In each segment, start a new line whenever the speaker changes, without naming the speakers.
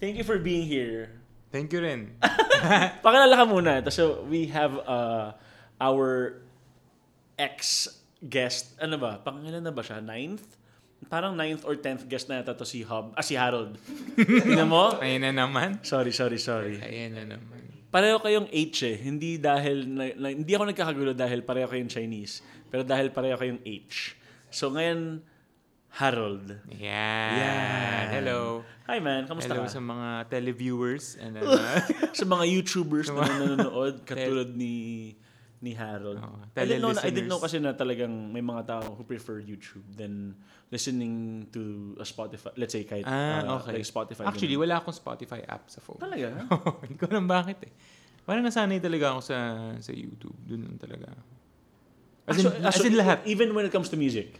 thank you for being here.
Thank you rin.
Pakilala ka muna. Tapos, So, we have uh, our ex-guest. Ano ba? Pangilan na ba siya? Ninth? Parang ninth or tenth guest na yata to si Hub. Ah, si Harold. Tingnan mo?
Ayan na naman.
Sorry, sorry, sorry.
Ayan na naman.
Pareho kayong H eh. Hindi dahil, na- na- hindi ako nagkakagulo dahil pareho kayong Chinese. Pero dahil pareho kayong H. So ngayon, Harold.
Ayan. Hello.
Hi man, kamusta
Hello
ka?
sa mga televiewers and uh,
sa mga YouTubers
Sa
na
mga-
nanonood katulad ni ni Harold.
Oo,
I, didn't know, na- I
tele-listeners.
didn't know kasi na talagang may mga tao who prefer YouTube than listening to a Spotify, let's say kahit
Ah,
uh,
okay.
like Spotify.
Actually,
ganun.
wala akong Spotify app sa phone.
Talaga?
Hindi ko alam bakit eh. Parang nasanay talaga ako sa sa YouTube. Doon lang talaga. ako. As in,
Actually-
as in
actually,
lahat.
Even when it comes to music.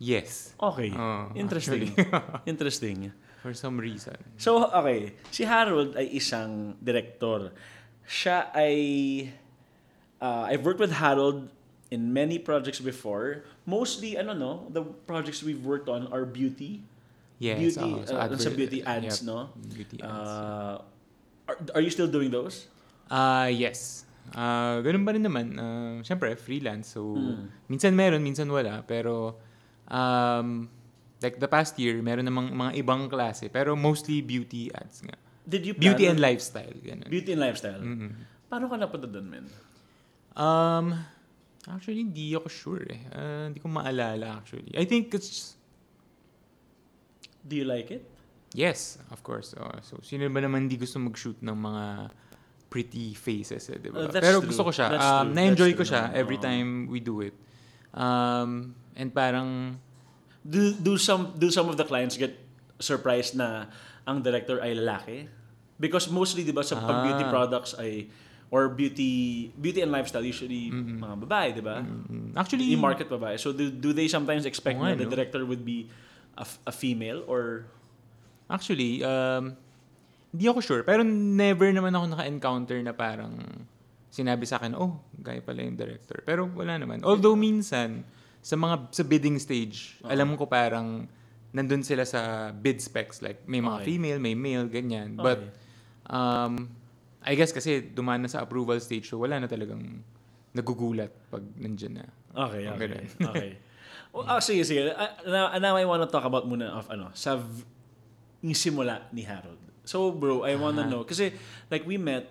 Yes.
Okay.
Oo,
Interesting. Interesting.
For some reason.
So, okay. Si Harold ay isang director. Siya ay... uh, I've worked with Harold in many projects before. Mostly, ano no, the projects we've worked on are beauty.
Yes.
beauty,
oo,
uh, sa
advert-
beauty ads,
yep,
no?
Beauty ads.
Uh, are, are you still doing those?
Ah, yes. Ah, ganun pa rin naman. Ah, Siyempre, freelance. So,
Mm.
minsan meron, minsan wala. Pero, um, like the past year, meron namang mga ibang klase. Pero mostly beauty ads nga.
Did you
Beauty and
plan-
lifestyle. Ganun.
Beauty and lifestyle.
Mhm.
Paano ka napunta doon, men?
Um, actually, hindi ako sure eh. Ah, hindi ko maalala actually. I think it's...
Do you like it?
Yes, of course. Oh, so, sino ba naman hindi gusto mag-shoot ng mga pretty faces, eh, di ba?
Uh, that's
Pero
true.
gusto ko siya.
That's
Um,
true.
na-enjoy
That's
ko
true
siya
naman.
every
Oo.
time we do it. Um, and parang,
Do do some do some of the clients get surprised na ang director ay lalaki? Because mostly 'di ba sa pag
Ah.
beauty products ay or beauty beauty and lifestyle usually mga babae, 'di ba?
mm, actually,
I-market babae. So do do they sometimes expect
Oo nga,
na the
no?
director would be a, f- a female or
actually, um, hindi ako sure. Pero never naman ako naka-encounter na parang sinabi sa akin, oh, gaya pala yung director. Pero wala naman. Although minsan, sa mga sa bidding stage,
Oo.
alam ko parang nandun sila sa bid specs. Like, may mga
Okay.
female, may male, ganyan. But,
Okay.
um, I guess kasi dumaan na sa approval stage, so wala na talagang nagugulat pag nandyan na.
Okay,
Ang
okay.
ganun.
okay. Well, ah, sige, sige. Ah, now, now I wanna talk about muna of ano, sa v- yung simula ni Harold. So bro, I wanna
Ah.
know. Kasi like we met,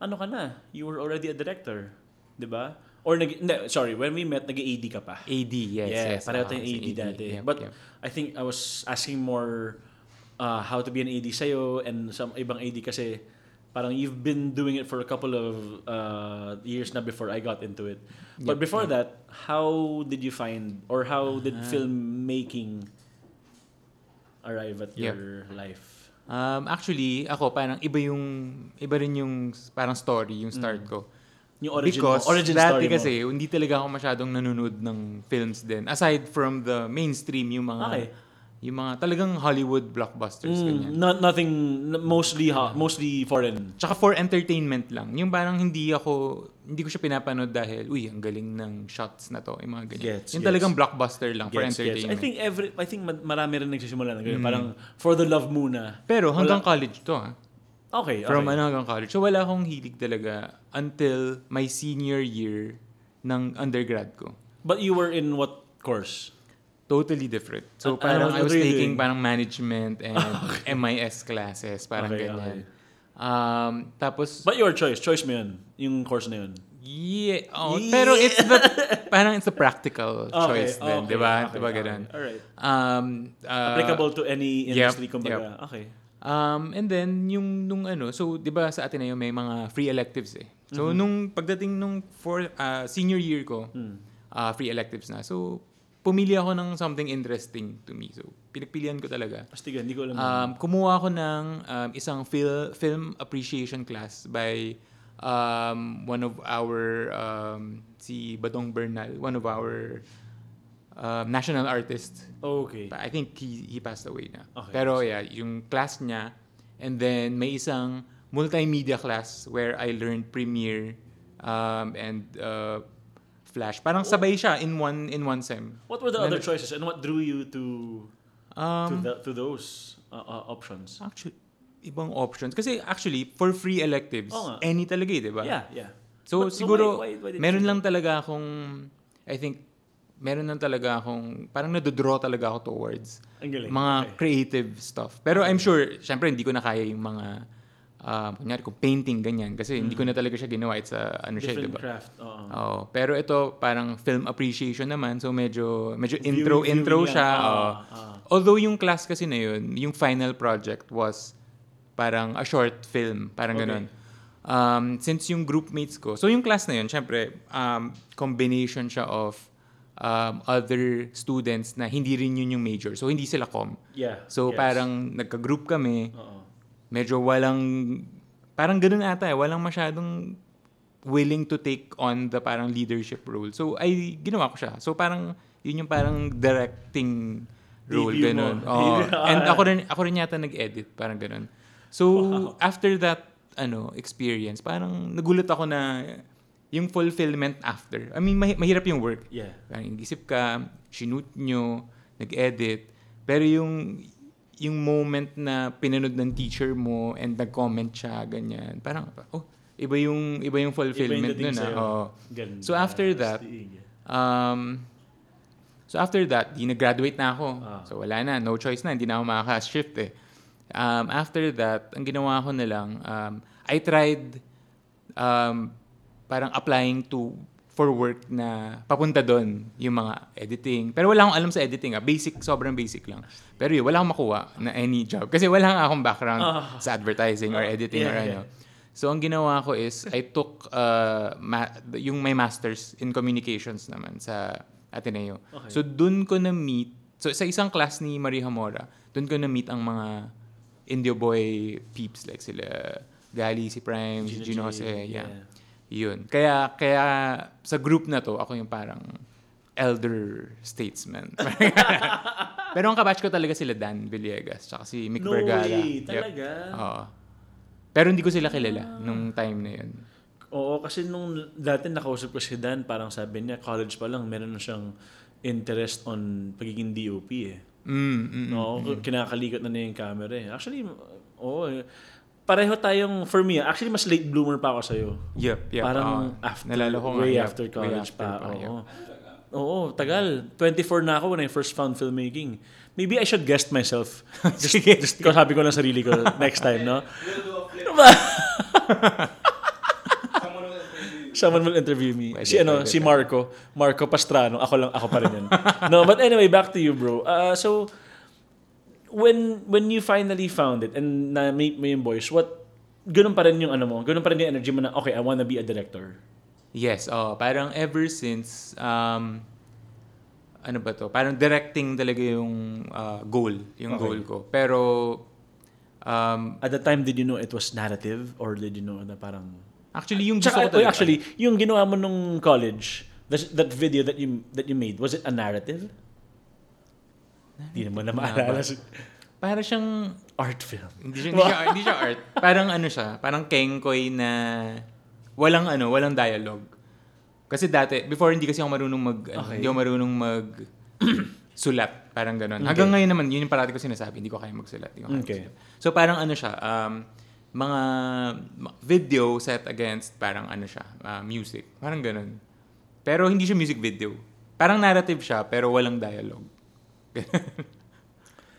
ano ka na? You were already a director. di ba? Or nag, no, sorry, when we met, nag-AD ka pa.
AD, yes.
yeah,
yes.
pareho
ah,
tayong
sa
AD, dati.
Yep,
But
yep.
I think I was asking more uh, how to be an AD sa'yo and some ibang AD kasi parang you've been doing it for a couple of uh, years na before I got into it. But
Yep,
before
yep.
that, how did you find or how did
Ah.
filmmaking arrive at
Yep.
your life?
Um, actually, ako parang iba yung iba rin yung s- parang story yung start ko.
Yung Mm. origin
Because
mo, origin
dati
story mo.
kasi hindi talaga ako masyadong nanonood ng films din. Aside from the mainstream yung mga
Okay.
yung mga talagang Hollywood blockbusters
Mm,
ganyan.
not nothing n- mostly ha, mostly foreign.
Tsaka for entertainment lang. Yung parang hindi ako hindi ko siya pinapanood dahil uy, ang galing ng shots na to, yung mga ganyan.
Gets, gets.
yung talagang blockbuster lang for
Gets, gets. I
entertainment.
think every I think ma- marami rin nagsisimula ng ganyan.
Mm.
Parang for the love muna.
Pero hanggang
Wala-
college to ah.
Okay, okay.
From ano hanggang college. So wala akong hilig talaga until my senior year ng undergrad ko.
But you were in what course?
Totally different.
Ah,
So parang
ano-
I was
ano yun?
taking parang management and MIS classes, parang
Okay,
ganyan. Um, tapos
But your choice, choice mo yun, yung course na yun.
yeah, oh,
Yeah.
pero it's the parang it's a practical
Okay,
choice din,
okay,
'di ba?
okay,
'Di ba
okay.
ganun?
Alright.
Um, uh,
Applicable to any
yep,
industry, kumbaga. Okay.
Um, and then, yung nung ano, so, di ba sa Ateneo may mga free electives eh. So, nung pagdating nung for, ah, senior year ko, ah, free electives na. So, pumili ako ng something interesting to me. So, pinagpilian ko talaga.
Astiga, hindi ko alam.
Um, kumuha ako ng um, isang fil- film appreciation class by um, one of our, um, si Badong Bernal, one of our um, national artists.
okay.
But I think he, he passed away na.
Okay.
Pero yeah, yung class niya. And then may isang multimedia class where I learned Premiere um, and uh, Flash. Parang sabay siya in one in one sem.
What were the
Nana-
other choices and what drew you to to
Um,
the, to those uh, uh, options?
actually, ibang options. Kasi actually, for free electives,
Oo nga.
any talaga eh, di ba?
Yeah, yeah.
So
But- so
siguro,
why- why- why did
meron
you-
lang talaga akong, I think, meron lang talaga akong, parang nadodraw talaga ako towards
Ang galing.
mga
Okay. Mm.
creative stuff. Pero I'm sure, syempre, hindi ko na kaya yung mga, uh, kunyari kung painting, ganyan. Kasi hindi ko na talaga siya ginawa. It's a, ano siya,
Mm. Different
di ba? Uh,
craft. uh-uh. Oo.
Oo. pero ito parang film appreciation naman. So medyo medyo
Viewing-
intro intro
viewing yan.
siya. uh,
Ah,
oo.
ah.
Although yung class kasi na yun, yung final project was parang a short film, parang
Okay.
ganun. Um, since yung group mates ko. So yung class na yun, syempre um, combination siya of um, other students na hindi rin yun yung major. So hindi sila com.
Yeah.
So
yes.
parang nagka-group kami
Oo.
medyo walang parang ganun ata eh walang masyadong willing to take on the parang leadership role so ay ginawa ko siya so parang yun yung parang directing role
Debut mo.
ganun Oo.
Debut.
and ako rin ako rin yata nag-edit parang ganun so after that ano experience parang nagulat ako na yung fulfillment after I mean mahi- mahirap yung work
Yeah.
Parang isip ka, sinute nyo, nag-edit. Pero yung yung moment na pinanood ng teacher mo and nag-comment siya, ganyan. Parang, oh, iba yung, iba yung fulfillment
dating
nun ah.
sa'yo.
Oo.
Ganda.
So after that,
Astig.
Um, so after that, di nag-graduate na ako.
Ah.
So wala na, no choice na, hindi na ako makaka-shift eh. Um, after that, ang ginawa ko na lang, um, I tried um, parang applying to for work na papunta doon yung mga editing. Pero wala akong alam sa editing. Ah. Basic, sobrang basic lang. Pero yun, wala akong makuha na any job. Kasi wala nga akong background
Ah.
sa advertising or editing
Yeah,
or
yeah.
ano. So ang ginawa ko is I took uh, ma- yung may masters in communications naman sa Ateneo.
Okay.
So dun ko na meet so sa isang class ni Maria Hamora, dun ko na meet ang mga Indio Boy peeps like sila Gali, si Prime, si
G,
Gino Jose, yeah. Yun. Kaya kaya sa group na to ako yung parang elder statesman. Pero ang kabatch ko talaga sila Dan Villegas tsaka si Mick
No
Vergara.
way,
Yep.
talaga. Ah.
Oo. Pero hindi ko sila kilala nung time na yun.
Oo, kasi nung dati nakausap ko si Dan, parang sabi niya, college pa lang, meron na siyang interest on pagiging DOP eh.
Mm, mm, mm.
No, kinakalikot na niya yung camera eh. Actually, oo. eh. pareho tayong, for me, ah, actually mas late bloomer pa ako sa'yo.
Yep, yep. oo.
Parang after,
Nalala ko ah, nga,
way
yep,
after
way
college
after
pa.
yep.
oo. Oo, tagal. 24 na ako when I first found filmmaking. Maybe I should guest myself. Just, just ko, sabi ko lang sarili ko next time, no?
We'll do a flip.
Ano ba?
Someone will interview you.
Someone will interview me.
Pwede,
si ano,
pwede,
si
pwede.
Marco, Marco Pastrano. Ako lang, ako pa rin yan. no, but anyway, back to you, bro. Uh, so when when you finally found it and na meet mo yung boys, what ganun pa rin yung ano mo, ganun pa rin yung energy mo na okay, I wanna be a director.
Yes, oh, parang ever since um ano ba to? Parang directing talaga yung ah, goal, yung
Okay.
goal ko. Pero um
At the time, did you know it was narrative or did you know na parang
actually yung gusto
Tsaka, eh, oh,
ko talaga.
actually, yung ginawa mo nung college, that, that video that you that you made, was it a narrative? Hindi naman na maalala. si-
para siyang
Art film.
hindi siya, hindi siya, hindi siya art. Parang ano siya, parang kengkoy na walang ano, walang dialogue. Kasi dati, before hindi kasi ako marunong mag, ano,
Okay.
hindi ako marunong mag sulat. Parang ganun.
Okay.
Hanggang ngayon naman, yun yung parati ko sinasabi, hindi ko kaya magsulat. Hindi ko kaya
Okay.
magsulat. So parang ano siya, um, mga ma- video set against parang ano siya, uh, music. Parang ganun. Pero hindi siya music video. Parang narrative siya, pero walang dialogue.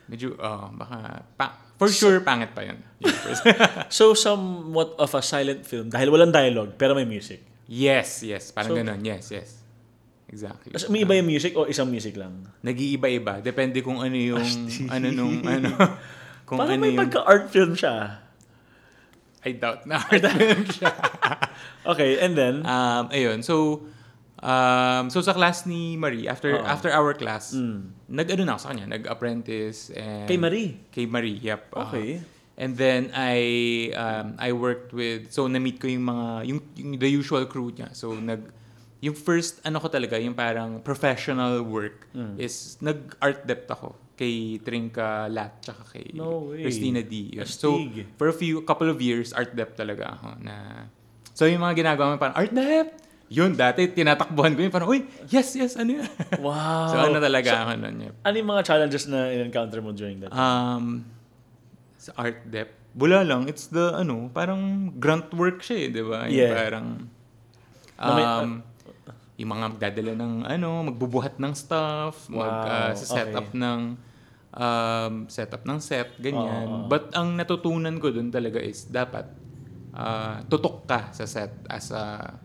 Medyo, oh, baka, pa- for sure, pangit pa yun. Yung first-
So somewhat of a silent film dahil walang dialogue pero may music.
yes, yes, parang
So-
ganun, yes, yes. Exactly.
Tapos umiiba yung music o isang music lang?
Nag-iiba-iba, depende kung ano yung,
Asti.
ano nung, ano, kung
Parang
ano
may
yung,
pagka-art film siya.
I doubt na hard film siya.
Okay, and then,
um, ayun, so, um, so sa class ni Marie, after
Oo.
after our class,
mm,
nag-ano na ako sa kanya, nag-apprentice and...
kay Marie.
Kay Marie, yep. Ah.
Okay.
And then I um, I worked with so na-meet ko yung mga yung, yung the usual crew niya. So nag yung first ano ko talaga yung parang professional work
Mm.
is nag art depth ako kay Trinka Lat tsaka kay
No way.
Christina D. Yun. So
Astig.
for a few couple of years art depth talaga ako na So yung mga ginagawa mo parang art depth. Yun dati tinatakbuhan ko yun parang uy yes yes ano yun.
Wow.
so ano talaga ako nun yun.
Ano yung mga challenges na in-encounter mo during that?
Um, sa art depth, Bula lang, it's the, ano, parang grunt work siya eh, di ba? Yung
Yeah.
Parang,
Na may-
um, yung mga magdadala ng, ano, magbubuhat ng stuff, mag,
Wow,
ah, sa
okay.
setup ng, um, setup ng set, ganyan.
Oo, oo.
But ang natutunan ko dun talaga is, dapat, ah, tutok ka sa set as a,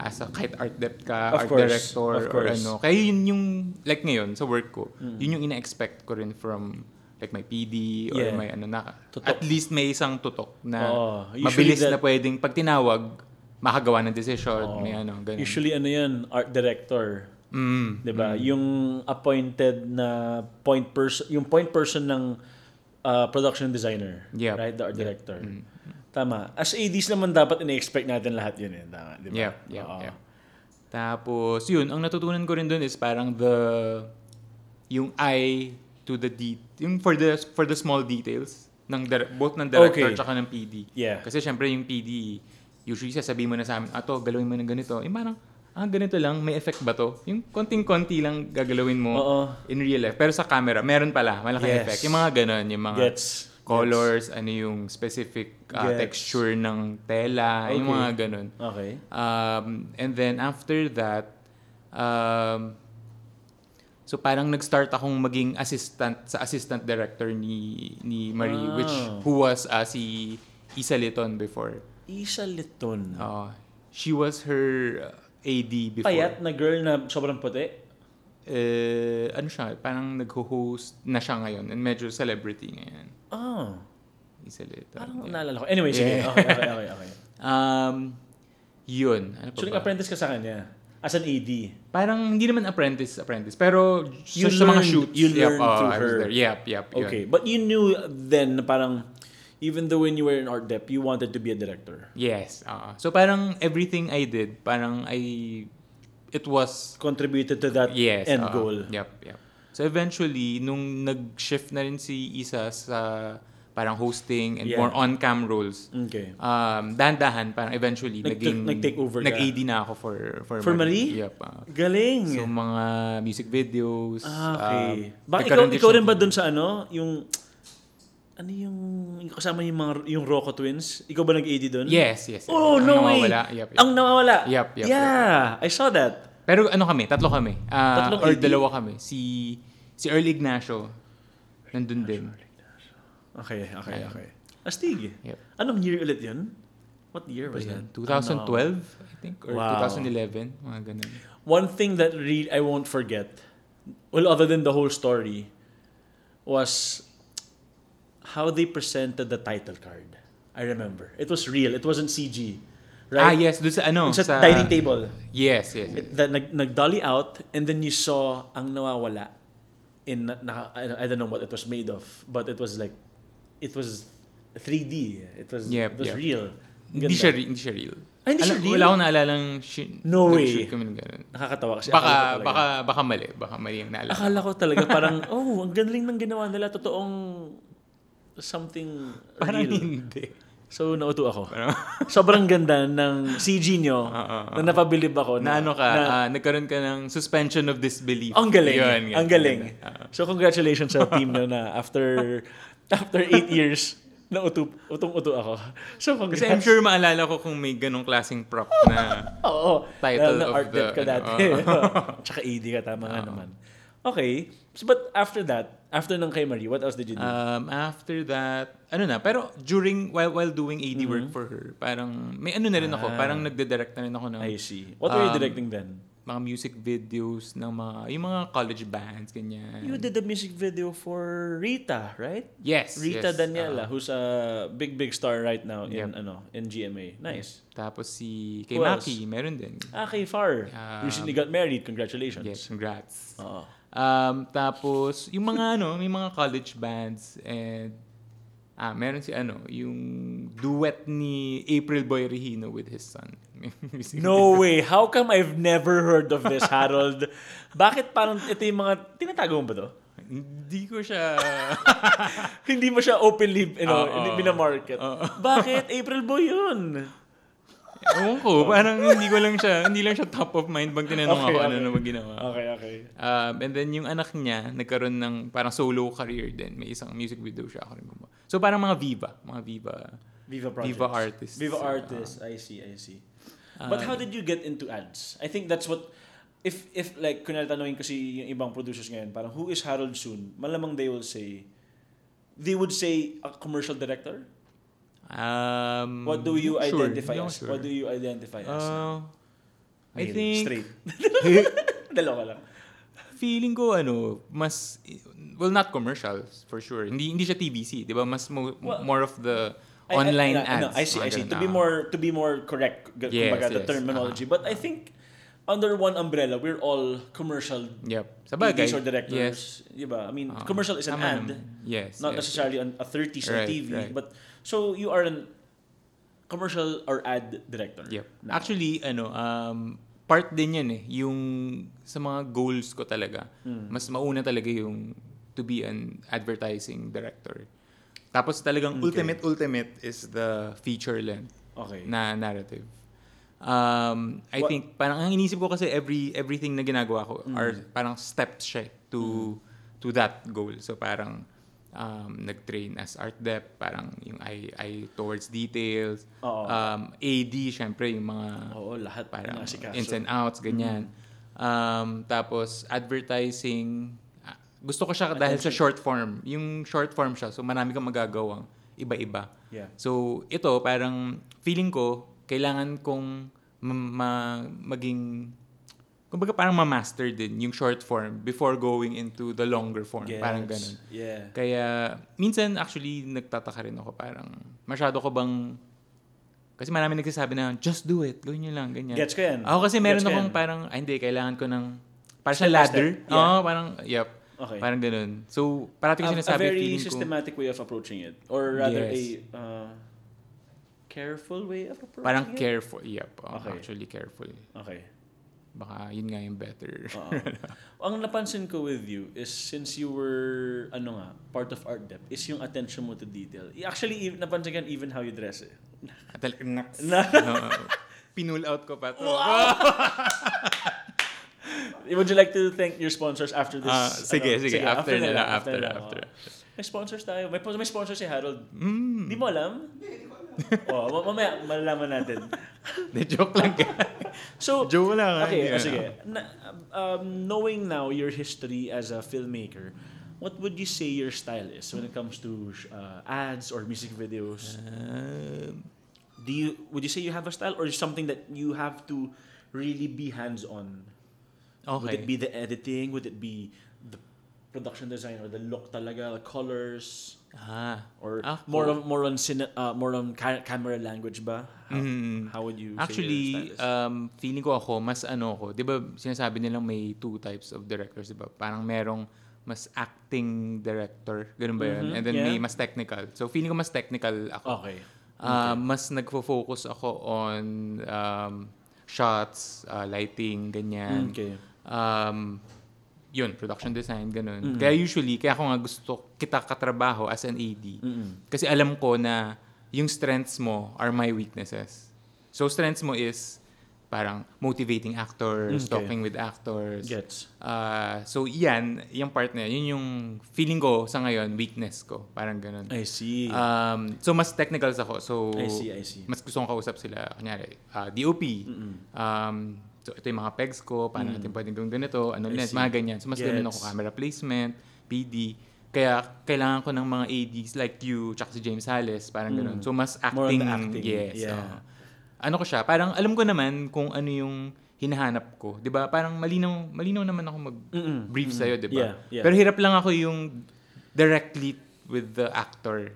as a kahit art dep ka,
Of
art
course,
director,
of
or
course.
ano. Kaya yun yung, like ngayon, sa work ko,
Mm.
yun yung ina-expect ko rin from like my PD or
Yeah.
may ano na.
Tutok.
At least may isang tutok na
Oo. Usually
mabilis
that-
na pwedeng pag tinawag, makagawa ng
Oo.
decision, may ano, ganun.
Usually ano yun, art director.
mm,
'di ba? Yung appointed na point person, yung point person ng uh, production designer,
Yep. Mm.
right? The art director. Tama. As ADs naman dapat ina-expect natin lahat 'yun eh, tama, 'di ba?
Yeah, yeah,
Oo.
yeah. Tapos, yun, ang natutunan ko rin dun is parang the, yung I to the D, yung for the, for the small details, ng dir- both ng director
Okay.
tsaka ng PD.
Yeah.
Kasi syempre yung PD, usually sasabihin mo na sa amin, ato, galawin mo ng ganito. Yung parang, ah, ganito lang, may effect ba to? Yung konting-konti lang gagalawin mo
Oo.
in real life. Pero sa camera, meron pala, malaking
Yes.
effect. Yung mga ganon, yung mga
Gets.
colors, ano yung specific ah,
Gets.
texture ng tela, yung
Okay.
mga ganon.
Gets. Okay.
Um, and then after that, um, so parang nag-start akong maging assistant sa assistant director ni ni Marie, which
Wow.
who was uh, si Isa Liton before.
Isa Liton.
Uh, she was her uh, AD before.
Payat na girl na sobrang puti.
Eh, ano siya, parang nagho-host na siya ngayon and medyo celebrity ngayon.
Oh,
Isa Liton.
parang
yeah.
naalala ko. Anyway, sige.
Yeah.
Okay, okay, okay. okay.
Um, yun. Ano pa
So,
ba?
nag-apprentice ka sa kanya as an AD.
Parang hindi naman apprentice apprentice pero
You
sa, sa mga
learned-
shoots
you
yep,
learned
oh,
through
I was
her.
there. Yep, yep. yun.
Okay. But you knew then na parang even though when you were in art dep, you wanted to be a director.
Yes. oo. so parang everything I did, parang I it was
Contributed to that
yes, uh-huh.
end
oo.
goal.
Yep, yep. So eventually nung nag-shift na rin si Isa sa parang hosting and
Yeah.
more on-cam roles.
Okay.
Um, dahan-dahan parang eventually
Nag-
naging
nag-take over ka.
nag-AD na ako for for,
For Marie?
Yep. oo.
Galing.
so mga music videos.
ah, okay.
um,
Ba, ikaw,
nagkaroon
ikaw
siya-
rin ba dun sa ano, yung, ano yung, yung kasama yung mga, yung Rocco Twins? Ikaw ba nag-AD dun?
Yes, yes. yes.
Oh,
Ang
no way!
nawawala. Yep, yep.
Ang nawawala?
Yup, yup,
yeah, I saw that.
Pero ano kami, tatlo kami. Ah,
Tatlo
or
AD?
dalawa kami. Si si Earl Ignacio. Nandun din.
Okay, okay,
Ayun.
okay. Astig.
Yep.
Anong year ulit yun? What year was
Ayun,
that?
2012, I think. Or
Wow.
2011. Mga ganun.
One thing that really I won't forget, well, other than the whole story, was how they presented the title card. I remember. It was real. It wasn't CG.
Ah,
Right?
yes. Doon sa ano?
Sa, dining table.
Yes, yes. yes.
It, that nag, nag-dolly out and then you saw ang nawawala in na, na- I don't- I don't know what it was made of, but it was like it was 3D. It was
Yep,
it was
yep.
real.
Hindi
Ganda.
siya, re- hindi siya real.
Ah, hindi siya
Alam-
real?
Wala akong naalalang shi-
No way.
nag-shoot kami ng ganun.
Nakakatawa kasi
Baka,
akala ko talaga-
baka, baka mali. Baka mali ang naalala.
Akala ko talaga parang, oh, ang galing ng ginawa nila. Totoong something
Parang
real.
hindi.
So, nauto ako.
Parang-
Sobrang ganda ng CG nyo
Oo, oo.
na napabilib ako.
na ano ka,
na-
ah, nagkaroon ka ng suspension of disbelief.
ang galing.
Yun,
ang
ganun.
galing.
Ah.
So, congratulations sa team nyo na after after eight years, na utong-uto ako. So, congrats.
Kasi I'm sure maalala ko kung may ganong klaseng prop na
Oo.
Title
na,
of
art
the-
debt ka
ano,
dati. Tsaka AD ka, tama nga naman. Okay. So, but after that, after ng kay Marie, what else did you do?
um, after that, ano na, pero during, while, while doing AD
Mm-hmm.
work for her, parang, may ano na rin ako, parang nagde-direct na rin ako ng
Ah. I see. What were you
um,
directing then?
mga music videos, ng mga, yung mga college bands, ganyan.
You did the music video for Rita, right?
Yes,
Rita
yes,
Daniela,
ah.
who's a big big star right now in
Yep.
ano, in GMA. Nice.
Tapos si, kay
Who else?
Maki, meron din.
Ah, kay Far.
Um,
Recently got married. Congratulations. Uh-huh.
Yes, congrats.
Oo.
Um, tapos, yung mga ano, may mga college bands and ah, meron si ano, yung duet ni April Boy Regino with his son. Music
No way. How come I've never heard of this, Harold? Bakit parang ito yung mga tinatago mo ba to?
video. Hindi ko siya...
Hindi mo siya openly, you know,
Oo.
hindi minamarket.
Oo.
Bakit? April Boy yun.
Ewan ko, parang hindi ko lang siya, hindi lang siya top of mind pag tinanong
Oh. Okay,
ako ano
okay.
naman ginawa.
Okay, okay.
Um, and then yung anak niya, nagkaroon ng parang solo career din. May isang music video siya ako rin gumawa. So parang mga Viva, mga Viva.
Viva projects.
Viva artists.
Viva
Ah.
artists. I see, I see.
Ah,
But how did you get into ads? I think that's what if if like kunwari tanungin kasi yung ibang producers ngayon, parang who is Harold Soon? Malamang they will say they would say a commercial director.
um,
What do you
sure,
identify
hindi ako
as?
sure.
What do you identify as?
Uh, I
Male,
think
straight. Dalawa lang.
feeling ko ano, mas well not commercial for sure. Hindi hindi siya TBC, 'di ba? Mas mo,
Well,
more of the
I- I-
online
yeah,
ads.
No, I see,
mga
I see.
ganun,
To be
ah.
more to be more correct, g-
Yes,
kumbaga, the
yes,
terminology.
ah.
But I think under one umbrella, we're all commercial
Yep. Sa bagay.
TVs or directors.
Yes.
Diba? I mean,
Ah,
commercial is an
tama
ad.
naman. Yes.
not
yes,
necessarily on a 30s on
Right,
TV,
right.
but so you are an commercial or ad director.
Yep.
now.
Actually, ano, um, part din yan eh. Yung sa mga goals ko talaga,
Hmm.
mas mauna talaga yung to be an advertising director. Tapos talagang
Okay.
ultimate ultimate is the feature length
okay.
na narrative. Um, I
Wha-
think parang ang inisip ko kasi every everything na ginagawa ko
Mm.
are parang steps siya eh, to to that goal. So parang um, nag-train as art dep, parang yung eye, eye towards details.
Oo.
Um, AD, syempre, yung mga
Oo, Mm. lahat
parang
inasikaso.
ins and outs, ganyan. Um, tapos advertising, ah, gusto ko siya dahil sa
Attention.
short form. Yung short form siya, so marami kang magagawang iba-iba.
Yeah.
So, ito, parang feeling ko, kailangan kong ma- ma- maging, kumbaga parang ma-master din yung short form before going into the longer form.
Yes.
Parang ganun.
Yeah.
Kaya, minsan actually, nagtataka rin ako parang, masyado ko bang, kasi marami nagsasabi na, just do it, gawin nyo lang, ganyan.
Gets ko yan.
Ako kasi meron
Gets ko
akong
yan.
parang, ay hindi, kailangan ko ng, parang
Step
siya
by
ladder.
step. Yeah.
Oo, parang, yep.
Okay.
Parang ganun. So, parati ko
Um, a
sinasabi,
very
feeling ko,
systematic way of approaching it. Or rather
Yes.
a uh, careful way of approaching
parang
it.
careful. Yep, oo,
Okay.
actually careful.
Okay.
Baka yun nga yung better.
Oo. Ang napansin ko with you is since you were ano nga, part of art depth is yung attention mo to detail. Actually, even- napansin ko yan even how you dress eh.
Talaga, naks.
Na-
Oo. Pinull out ko pa to.
Would you like to thank your sponsors after this?
Ah, sige,
ano?
sige, After, na lang, after,
na lang,
after.
oh. May sponsors tayo. May, may sponsor si Harold.
Mm.
Hindi mo alam? oh, ma- mamaya malalaman natin.
De joke lang ka.
So,
Joke lang. ah,
okay,
hindi
oh,
na.
sige. Na- um, knowing now your history as a filmmaker, what would you say your style is when it comes to uh, ads or music videos?
Um,
Do you would you say you have a style or is something that you have to really be hands on? Would
okay.
it be the editing? Would it be the production design or the look talaga, the colors?
Ah.
Or
Ako-
more on more on cine, uh, more on ca- camera language ba? How,
Mm.
how would you say your
Actually,
style is?
um, feeling ko ako, mas ano ko, di ba sinasabi nilang may two types of directors, di ba? Parang merong mas acting director, ganun ba yun?
Mhm,
And then
yeah.
may mas technical. So feeling ko mas technical ako.
okay.
Ah, mas nagfo-focus ako on um, shots, ah, lighting,
Mm,
ganyan.
Okay.
Um, yun, production design, ganun.
Mm.
Kaya usually, kaya ako nga gusto kita katrabaho as an AD.
Mm-mm.
Kasi alam ko na yung strengths mo are my weaknesses. So strengths mo is parang motivating actors,
Mm, Okay.
talking with actors.
Gets.
Ah, so yan, yung part na yun, yun yung feeling ko sa ngayon, weakness ko. Parang ganun.
I see.
Um, so mas technicals ako. So
I see, I see.
mas gusto kong kausap sila. Kunyari, ah, DOP.
Mm-mm. Mm.
Um, so ito yung mga pegs ko, paano natin pwedeng gawin ganito, ano
I
lens,
see.
mga ganyan. So mas ganun ako,
Gets.
camera placement, PD. Kaya kailangan ko ng mga ADs like you, tsaka si James Hales, parang
Mm.
ganun. So mas
More on the
acting.
acting,
Yes.
yeah.
oo. ano ko siya, parang alam ko naman kung ano yung hinahanap ko. 'di ba Parang malinaw, malinaw naman ako
Mm-mm.
mag-brief
Mm-mm.
sa'yo, 'di ba
Yeah, yeah.
Pero hirap lang ako yung directly with the actor.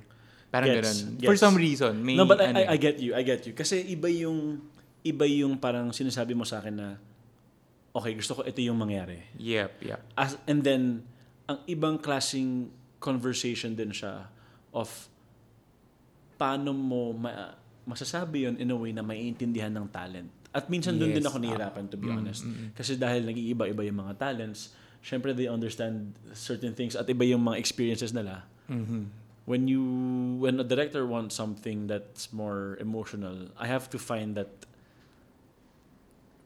Parang
Gets,
ganun.
gets.
For some reason. May,
no, but
ano,
I, I, I get you. I get you. Kasi iba yung iba yung parang sinasabi mo sa akin na okay, gusto ko ito yung mangyari.
Yep, yep.
As, and then, ang ibang klasing conversation din siya of paano mo ma- masasabi yon in a way na maiintindihan ng talent. At minsan doon din
Yes,
ako nahihirapan, to be
ah, mm,
honest.
mm, mm.
Kasi dahil nag-iiba-iba yung mga talents, syempre they understand certain things at iba yung mga experiences nila.
Mhm.
When you when a director wants something that's more emotional, I have to find that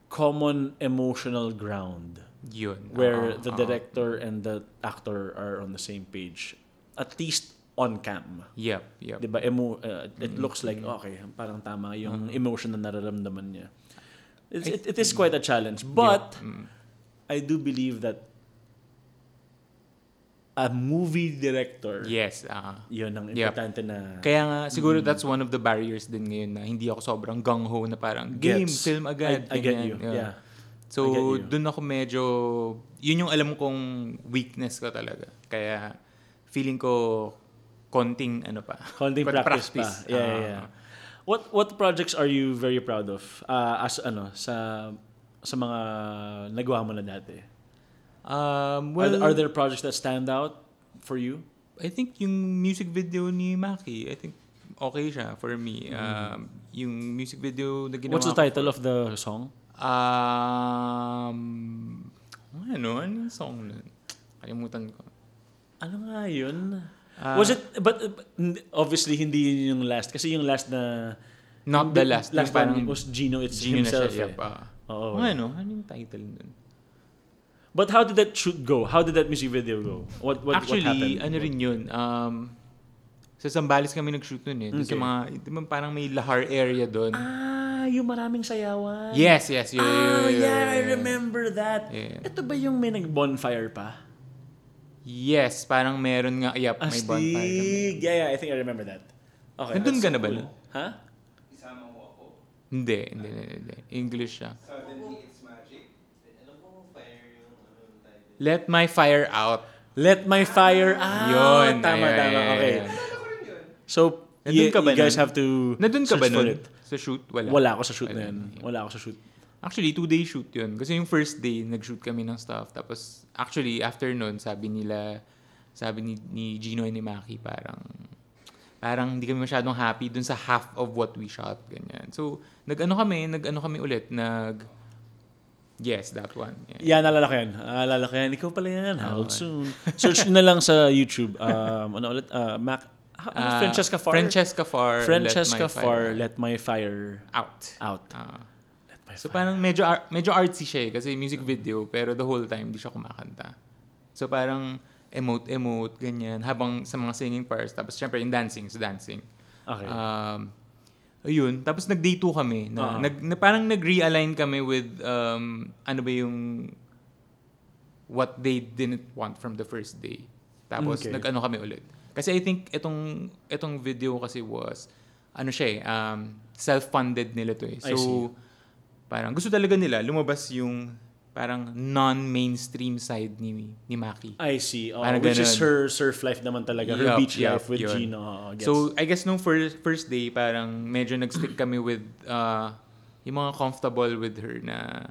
common emotional ground
Yun.
where
Oo,
the
oo.
director and the actor are on the same page. At least on cam.
Yep, yep. Mm-hmm.
'Di ba? Emo- uh, it looks like okay, parang tama yung emotion na nararamdaman niya. It's, it, it is quite a challenge, but
Yep, mm.
I do believe that a movie director,
yes, ah.
yun ang
Yep.
importante na
Kaya nga, siguro
Mm.
that's one of the barriers din ngayon na hindi ako sobrang gung-ho na parang game,
gets.
film agad.
I, I get
ganyan.
you. Yeah. I get
So,
you.
dun ako medyo, yun yung alam kong weakness ko talaga. Kaya, feeling ko, konting ano pa.
Konting
Kon-
practice, pa. Yeah, yeah,
Ah.
yeah. What what projects are you very proud of? Ah, as ano sa sa mga nagawa mo na dati?
Um,
Well,
well,
are, are there projects that stand out for you?
I think yung music video ni Maki, I think okay siya for me. Um, yung music video na
Mm.
ginawa
What's the
ko-
title of the song?
Um, ano? Ano yung song nun? Kalimutan ko.
Ano nga yun?
Ah,
Was it, but, uh, but hindi- obviously hindi yun yung last. Kasi yung last na,
Not the last.
last
Last
one
parang
was Gino, it's
Gino na siya.
himself. eh.
Yep, ah.
Oo.
Ano? Ano yung title nun?
But how did that shoot go? How did that music video go? What, what,
Actually,
what happened?
ano rin yun. Um, sa Zambales kami nag-shoot nun eh. Doon
Okay.
Sa mga, di ba parang may lahar area doon.
Ah, yung maraming sayawan.
yes, yes. Yun,
Ah,
yun, yun,
yeah, I
yun.
remember that.
Yeah.
Ito ba yung may nag-bonfire pa? Ah,
Yes, parang meron nga. Yep, may bonfire kami.
Astig. Yeah, yeah, I think I remember that. Okay. that's
Nandun ka na ba
cool.
nun?
Ha?
Isama mo ako.
Hindi, hindi, hindi, hindi. English siya.
Suddenly, it's magic. Alam mo kung fire yung ano yung title?
Let my fire out.
Let my fire out. Ah,
Yun,
Tama,
ayun,
tama.
ayun,
Okay.
ayun.
Alam ko rin yun.
So,
Nandun
y-
ka ba
you guys
nun?
have to
Nandun ka ba
search for
nun?
it.
Sa shoot? Wala.
Wala. ako sa shoot
Wala.
na yun. Wala ako sa shoot.
Actually, two-day shoot yun. Kasi yung first day, nag-shoot kami ng stuff. Tapos, actually, after nun, sabi nila, sabi ni, ni Gino and ni Maki, parang, parang hindi kami masyadong happy dun sa half of what we shot. Ganyan. So, nag-ano kami, nag-ano kami ulit, nag, yes, that one.
Yan,
Yeah.
naalala ko yan. Ah, Naalala ko yan. Ikaw pala yan. Harold
Ah, Okay.
soon. Search nyo na lang sa YouTube. Um, ano ulit? Uh, Mac, ha- ano,
Ah,
Francesca Farr?
Francesca Farr. Let My
Francesca
Fire
Farr, Let My Fire
Out.
Out.
Ah.
Let my
So
fire.
parang medyo ar- medyo artsy siya eh kasi music video pero the whole time di siya kumakanta. So parang emote emote ganyan habang sa mga singing parts tapos syempre yung dancing sa dancing.
Okay.
Um ayun tapos nag day 2 kami
Ah.
na, nag, na parang nag-realign kami with um ano ba yung what they didn't want from the first day. Tapos
Okay.
nag-ano kami ulit. Kasi I think itong itong video kasi was ano siya eh um, self-funded nila to eh.
I see.
So parang gusto talaga nila lumabas yung parang non-mainstream side ni ni Maki.
I see. Oh,
Parang
which is
ganun.
her surf life naman talaga. Her
Yup,
beach
yup,
life with
yun.
Gino. Oh, gets.
So I guess nung first first day parang medyo nag-stick kami with uh, yung mga comfortable with her na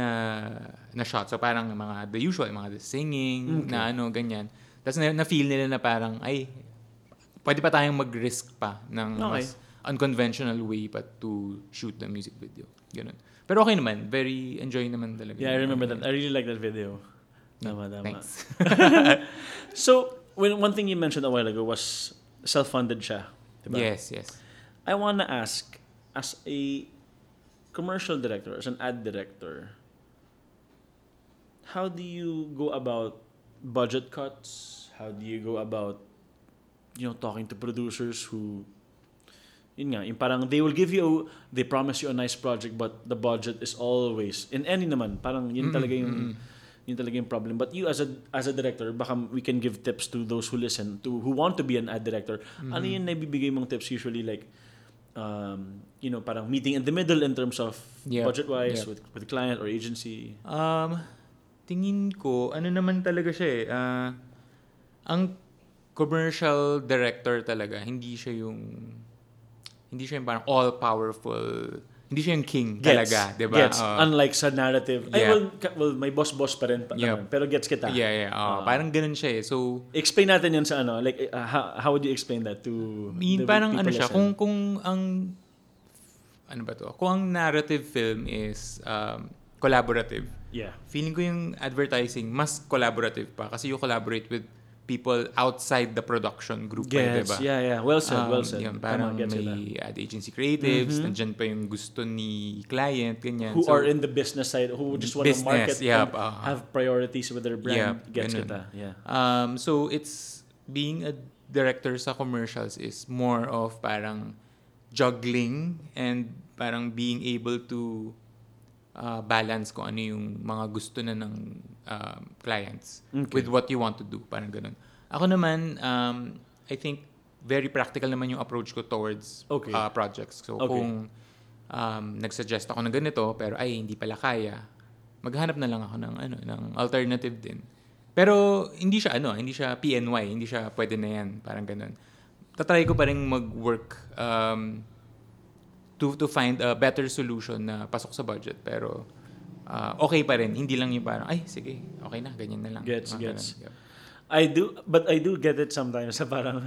na na shot. So parang yung mga the usual, yung mga the
Mm, Okay.
singing, na ano ganyan. Tapos na, feel nila na parang ay pwede pa tayong mag-risk pa ng
Okay.
mas unconventional way pa to shoot the music video. Ganun. Pero okay naman. Very enjoy naman talaga.
yeah, I remember that. I really like that video. Tama, tama.
Thanks.
So, when, one thing you mentioned a while ago was self-funded siya. Diba?
Yes, yes.
I want to ask, as a commercial director, as an ad director, how do you go about budget cuts? How do you go about, you know, talking to producers who, yun nga, yung parang they will give you, they promise you a nice project, but the budget is always, in any naman, parang yun talaga yung, yun talaga yung problem. But you as a as a director, baka we can give tips to those who listen, to who want to be an ad director. Ano yung naibibigay mong tips usually like um, you know, parang meeting in the middle in terms of
Yep,
budget wise
yep.
with with client or agency.
Um, tingin ko, ano naman talaga siya eh. ah, ang commercial director talaga, hindi siya yung hindi siya yung parang all-powerful, hindi siya yung king
Gets,
talaga, di ba? Ah,
Gets.
Oo.
Unlike sa narrative. Ay,
Yeah.
well, ka- well, may boss-boss pa rin. Pa,
Yep.
naman, pero gets kita.
yeah, yeah.
Ah.
oo. parang ganun siya eh. So,
Explain natin yun sa ano. Like, uh, how, how would you explain that to the
mean, parang
people
ano siya,
listening?
kung, kung ang, ano ba to? Kung ang narrative film is um, collaborative,
Yeah.
feeling ko yung advertising mas collaborative pa kasi you collaborate with people outside the production group pa, eh,
Gets.
diba?
Yeah, yeah. Well said, well
Um,
said.
yun,
Tama,
parang
gets kita.
may ad agency creatives,
Mhm.
nandyan pa yung gusto ni client, ganyan.
Who
So,
are in the business side, who just want to
Business,
market and
yep, ah.
have priorities with their brand.
Yep,
gets
ganun.
kita. Yeah.
Um, so it's being a director sa commercials is more of parang juggling and parang being able to uh, balance kung ano yung mga gusto na ng um, clients
Okay.
with what you want to do. Parang ganun. Ako naman, um, I think very practical naman yung approach ko towards
Okay.
uh, projects. So
Okay.
kung um, nagsuggest ako ng ganito pero ay hindi pala kaya, maghanap na lang ako ng ano ng alternative din. Pero hindi siya ano, hindi siya PNY, hindi siya pwede na yan, parang ganun. Tatry ko pa rin mag-work um, to to find a better solution na pasok sa budget pero ah, okay pa rin, hindi lang yung parang ay sige, okay na, ganyan na lang.
Gets,
Mga
gets.
ganun. Yep.
I do, but I do get it sometimes sa parang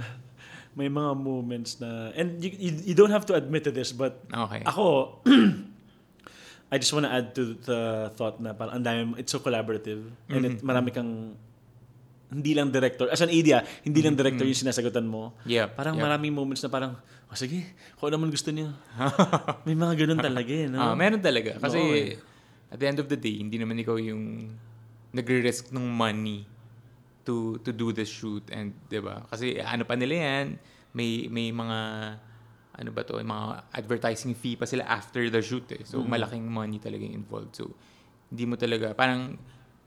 may mga moments na, and you, you, you don't have to admit to this, but
Okay.
ako, I just want to add to the thought na parang ang dami, it's so collaborative and it,
Mm-hmm.
marami kang, hindi lang director, as an idea, hindi lang
Mm-hmm.
director yung sinasagutan mo.
Yep,
Parang
yep.
maraming moments na parang, oh, sige, kung ano man gusto niyo. may mga ganun talaga eh, no?
Ah, meron talaga. Kasi
Oo, eh.
at the end of the day, hindi naman ikaw yung nagre-risk ng money to to do the shoot and 'di ba? Kasi ano pa nila 'yan, may may mga ano ba to, mga advertising fee pa sila after the shoot eh. So
Mm-hmm.
malaking money talaga yung involved. So hindi mo talaga parang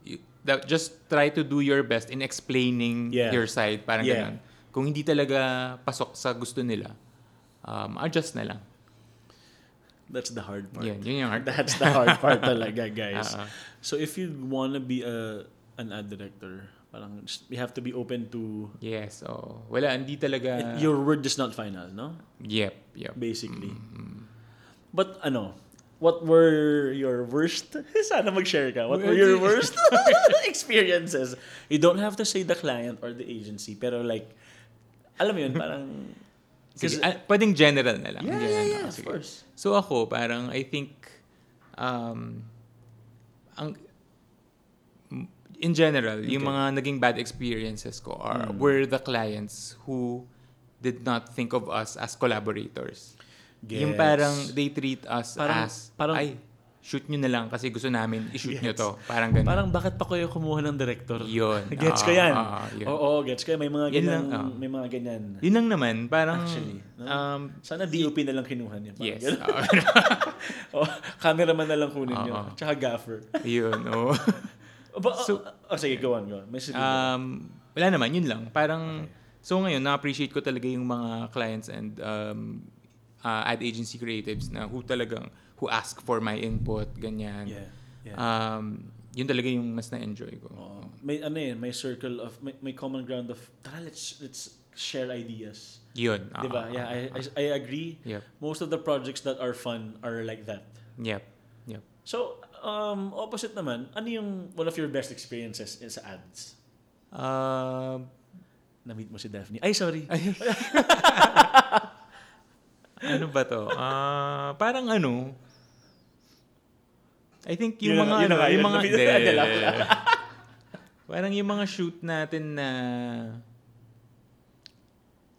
y- that- just try to do your best in explaining
Yeah.
your side parang
Yeah.
ganun. Kung hindi talaga pasok sa gusto nila, um, adjust na lang.
That's the hard part.
Yan, yun yung art.
That's the hard part talaga, guys.
Ah, ah.
So if you wanna be a an ad director, parang just- you have to be open to
Yes, oo. Wala, hindi talaga...
your word is not final, no?
Yep, yep.
Basically. Mm-hmm. But ano, what were your worst? Sana mag-share ka. What were your worst experiences? You don't have to say the client or the agency, pero like alam mo yun, parang
Sige,
Kasi-
ah, pwedeng general na lang.
Yeah,
General
yeah,
na
yeah,
lang,
of
sige.
course.
So ako, parang I think, um, ang, in general, yung
Okay.
mga naging bad experiences ko are,
Mm.
were the clients who did not think of us as collaborators.
Gets.
Yung parang they treat us
Parang-
as,
parang-
ay, shoot nyo na lang kasi gusto namin i-shoot nyo
Yes.
to. Parang ganun.
Parang bakit pa kayo kumuha ng director?
Yun.
Gets ko
Ah,
yan.
ah, ah, yun.
Oo, gets ko. yan. May mga
Yun
ganyan.
lang, ah.
May mga ganyan.
Yun lang naman, parang,
Actually, no?
um,
Sana DOP na lang kinuha niya. Parang
yes. ah.
ganun.
oo.
oh, cameraman na lang kunin niyo.
Oo.
Tsaka gaffer.
Yun, oo.
But,
Ah, So-
oh, sige, go on, go on. May sabi ka.
um, wala naman, yun lang. Parang, so ngayon, na-appreciate ko talaga yung mga clients and um, uh, ad agency creatives na who talagang, who ask for my input, ganyan.
yeah. yeah.
Um, yun talaga yung mas na-enjoy ko.
Oo. may ano eh, may circle of, may, may common ground of, tara, let's, let's share ideas.
Yun.
Di ba?
ah,
Diba? Yeah,
ah,
I, I,
ah.
I agree.
Yep,
Most of the projects that are fun are like that.
yep, yep.
So, um, opposite naman, ano yung one of your best experiences in- sa ads?
Um,
Na-meet mo si Daphne. Ay, sorry.
Ay. ano ba to? Ah, parang ano? I think yung
Yun
mga
na- yun na
ano,
nga,
yung
yun.
mga
Napili-
Hindi,
Dala ko
hindi,
lang.
hindi. Parang yung mga shoot natin na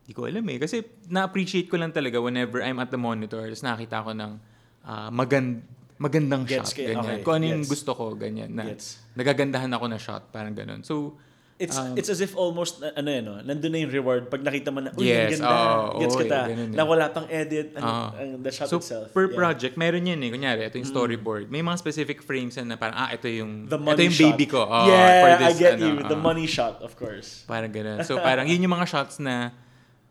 Hindi ko alam eh. Kasi na-appreciate ko lang talaga whenever I'm at the monitor. Tapos nakakita ko ng ah, magan- magandang
Gets
shot.
ka-
Ganyan.
okay,
Kung ano yung
gets.
gusto ko, ganyan. Na,
Gets.
Nagagandahan ako na shot. Parang ganun. So,
It's
Um,
it's as if almost na- ano yan, no? nandun na yung reward pag nakita mo na uy
Yes,
ang ganda
oo,
gets
oo,
kita
eh, ganun eh.
na wala pang edit ang,
Oo.
Ano, ang the shot
Ah. so,
itself
per
Yeah. Mm.
project, meron yun eh. Kunyari, ito yung storyboard. May mga specific frames na parang, ah, ito yung,
the
ito
money
yung
shot.
baby ko. Oh,
yeah
for this,
I get
ano,
you the
ah.
money shot of course
Parang ganun. So, parang yun yung mga shots na,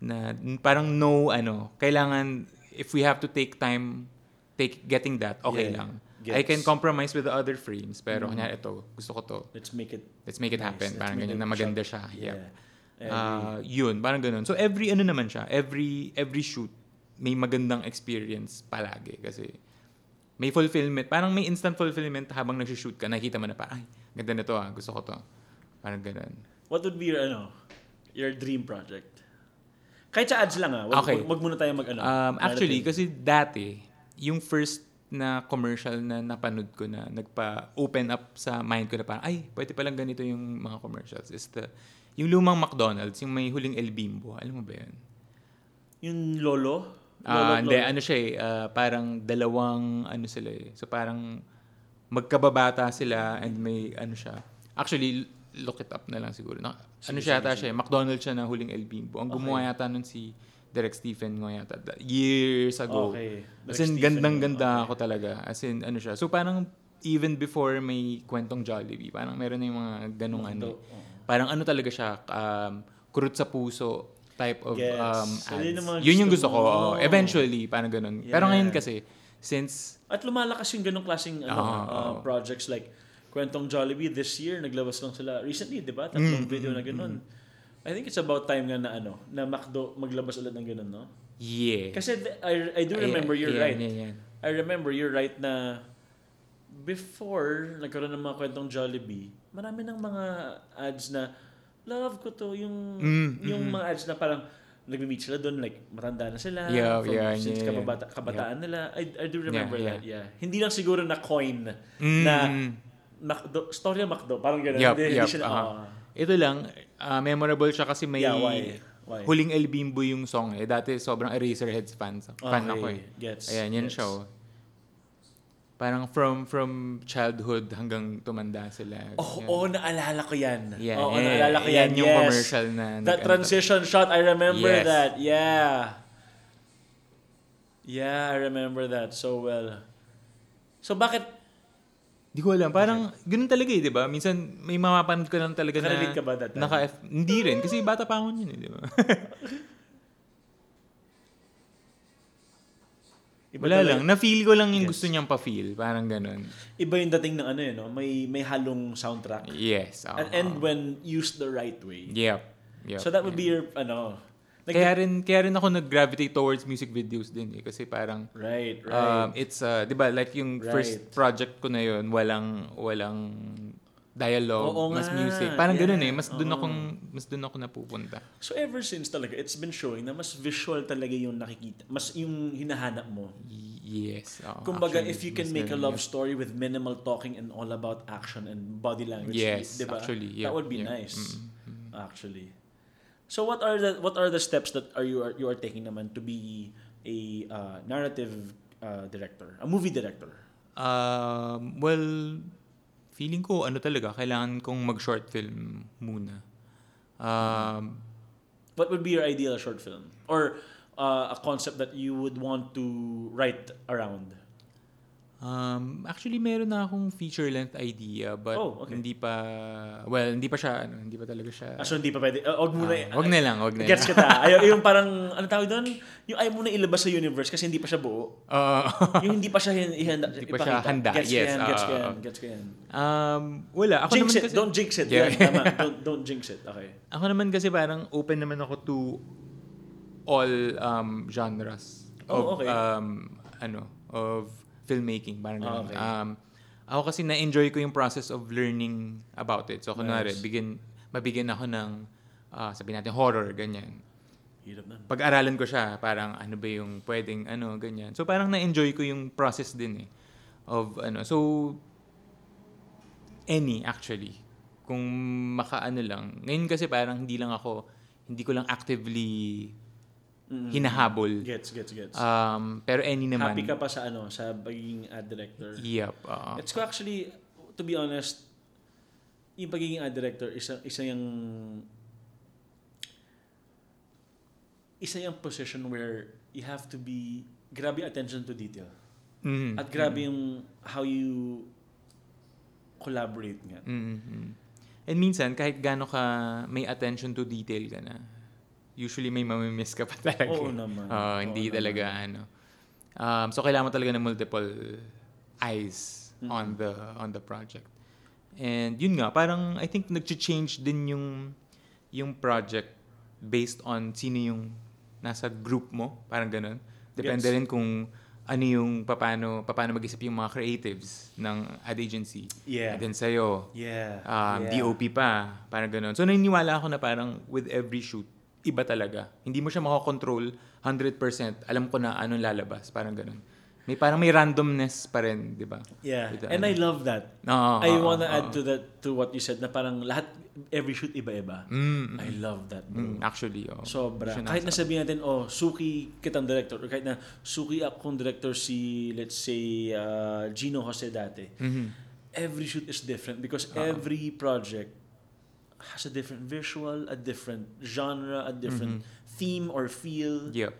na n- parang no, ano, kailangan, if we have to take time, take getting that, okay
Yeah.
lang.
Gets.
I can compromise with the other frames, pero kunyari, ito, gusto ko to.
let's make it
Let's make it
nice.
happen.
Let's
Parang
make it
ganyan, na
shot.
maganda siya. Yep.
yeah I agree.
Ah, yun, parang ganun. So every ano naman siya, every every shoot may magandang experience palagi kasi may fulfillment, parang may instant fulfillment habang nagsushoot ka, nakikita mo na pa, ay, ganda na to ah, gusto ko to. Parang ganun.
what would be your ano your dream project kahit sa ads lang ah wag,
Okay.
wag, wag muna tayo mag ano
Um, actually,
narrative.
kasi dati, yung first na commercial na napanood ko na nagpa-open up sa mind ko na parang, ay, pwede palang ganito yung mga commercials is the, yung lumang McDonald's, yung may huling El Bimbo, alam mo ba yun?
yung lolo Lolo
Ah,
at
hindi.
lolo.
Ano siya eh. ah, parang dalawang ano sila eh. So parang magkababata sila and may ano siya. Actually, l- look it up na lang siguro. Na, ano
Sige,
siya yata
sige,
siya, eh, McDonald's siya na huling El Bimbo. Ang gumawa
Okay.
yata nun si Derek Stephen nga yata. da- Years ago.
Okay. Like
As in,
Stephen
gandang-ganda
yun,
ako talaga. As in, ano siya. So, parang even before may kwentong Jollibee, parang meron na yung mga ganong
Do-
ano. Parang ano talaga siya, um, kurut sa puso type of
Yes.
um,
So, yun
ads.
yung mga
yun yung
gusto
gusto ko.
mo.
oo. Eventually, parang ganun. Pero
Yeah.
ngayon kasi, since,
At lumalakas yung ganong klaseng ano,
Oo,
uh,
oo.
projects like Kwentong Jollibee this year, naglabas lang sila recently, di ba? Tatlong
Mm,
video
mm,
na ganun. I think it's about time nga na ano, na McDo maglabas ulit ng ganun, no?
yeah.
Kasi th- I, I do remember
Ayan,
you're
ayan,
right.
ayan, ayan.
I remember you're right na before nagkaroon ng mga kwentong Jollibee, marami ng mga ads na love ko to yung
Mm,
yung
mm.
mga ads na parang nagme-meet sila doon like matanda na sila
Yeah,
from
yeah,
since
yeah, yeah.
kababata- kabataan nila I, I do remember
Yeah,
that yeah hindi lang siguro na coin
Mm,
na
mm.
Macdo storya Macdo parang ganun
Yup,
hindi, hindi
yup,
sila
aha.
oo.
Ito lang, ah, memorable siya kasi may
yeah why why
Huling El Bimbo yung song eh. Dati sobrang Eraserheads fans. Fan ako eh.
gets,
Ayan, yan
gets.
siya oh. Parang from from childhood hanggang tumanda sila.
Oh,
Ganyan.
oh, naalala ko yan.
Yeah,
Oo,
eh,
naalala ko yan.
yan yung
yes.
commercial na
That
nag-
transition shot, I remember
Yes.
that. Yeah. Yeah, I remember that so well. So bakit
Di ko alam. Parang ganun talaga eh, di ba? Minsan may mapapanood ka lang talaga na...
Nakarelate ka ba that time?
Naka hindi rin. Kasi bata pa ako yun eh, di ba?
iba
Wala
talaga-
lang. Na-feel ko lang yung
Yes.
gusto niyang pa-feel. Parang ganun.
Iba yung dating ng ano yun, no? may may halong soundtrack.
Yes. oo.
And, and when used the right way.
Yep. Ah. yep.
so that would be your ano. nag-
kaya rin kaya rin ako nag-gravitate towards music videos din eh kasi parang
right,
um,
right.
it's uh, 'di ba like yung
Right.
first project ko na yun walang walang dialogue
Oo
mas
nga.
music parang ganoon eh
Yeah,
mas doon
oo.
akong mas doon ako napupunta
so ever since talaga, it's been showing na mas visual talaga yung nakikita, mas yung hinahanap mo.
Y- yes oo,
Kumbaga,
actually,
if you
mas
can make a
ganun
love
yun.
story with minimal talking and all about action and body language,
yes
di ba?
actually
diba? that
yeah,
would be
yeah.
nice,
Mm, mm.
actually. So what are the what are the steps that are you are, you are taking naman to be a uh, narrative uh, director, a movie director?
Um, well feeling ko ano talaga kailangan kong mag short film muna um,
What would be your ideal short film or uh, a concept that you would want to write around?
Um, actually, meron na akong feature length idea but
Oh, okay.
hindi pa well, hindi pa siya ano, hindi pa talaga siya.
Ah, so hindi pa pwede. Uh, wag muna.
Ah, wag na lang, wag na
Gets
lang.
kita. Ay, yung parang, ano tawag doon? Yung ayaw mo na ilabas sa universe kasi hindi pa siya buo.
Oo.
yung hindi pa siya hin- ihanda.
Hindi pa siya
ipakita.
handa,
Gets ko
yes,
yan, gets ko
ah,
yan,
ah.
gets ko yan.
um, wala, ako
jinx
naman
it,
kasi
don't jinx it.
Yeah.
Yan, tama. Don't, don't jinx it. Okay.
Ako naman kasi parang open naman ako to all um, genres
Oh,
of
okay.
um ano of filmmaking
Ah,
parang ganun.
okay.
Um ako kasi na-enjoy ko yung process of learning about it. So kunwari,
Nice.
bigyan mabigyan ako ng ah, sabihin natin horror ganyan.
Hirap nun.
pag-aralan ko siya, parang ano ba yung pwedeng ano, ganyan. So parang na-enjoy ko yung process din eh. Of ano, so any actually. Kung makaano lang. Ngayon kasi parang hindi lang ako, hindi ko lang actively
Mm.
hinahabol.
Gets, gets, gets.
Um, pero any naman.
Happy ka pa sa ano, sa pagiging ad director.
Yep. oo.
It's ko actually, to be honest, yung pagiging ad director, isa, isa yung isa yung position where you have to be grabe attention to detail.
Mhm.
At grabe yung how you collaborate nga.
Mm-hmm. And minsan, kahit gaano ka may attention to detail ka na, usually may mamimiss ka pa talaga.
Oo naman.
Oo, Ah, hindi
Oo naman.
talaga ano. Um, so kailangan mo talaga ng multiple eyes
Mhm.
on the on the project. And yun nga, parang I think nag-change din yung yung project based on sino yung nasa group mo, parang ganun. Depende
Gets.
rin kung ano yung paano paano mag-isip yung mga creatives ng ad agency.
Yeah.
And then sa'yo,
Yeah. yeah.
um, DOP pa, parang ganun. So naniniwala ako na parang with every shoot, iba talaga. Hindi mo siya makakontrol 100%. Alam ko na anong lalabas, parang ganun. May parang may randomness pa rin, di ba?
Yeah.
With the uh-huh.
And I
ano.
love that.
Oo,
I
oo,
wanna
oo.
add to that to what you said na parang lahat every shoot iba-iba.
Mm, mm,
I love that, bro.
mm, actually, oh.
Sobra.
Siya
Kahit
nasa-
nasabihin natin, oh, suki kitang director, or kahit na suki akong director si, let's say, uh, Gino Jose dati.
Mhm. Uh-huh.
Every shoot is different because
Oo.
every project has a different visual, a different genre, a different
Mm-hmm.
theme or feel.
Yep.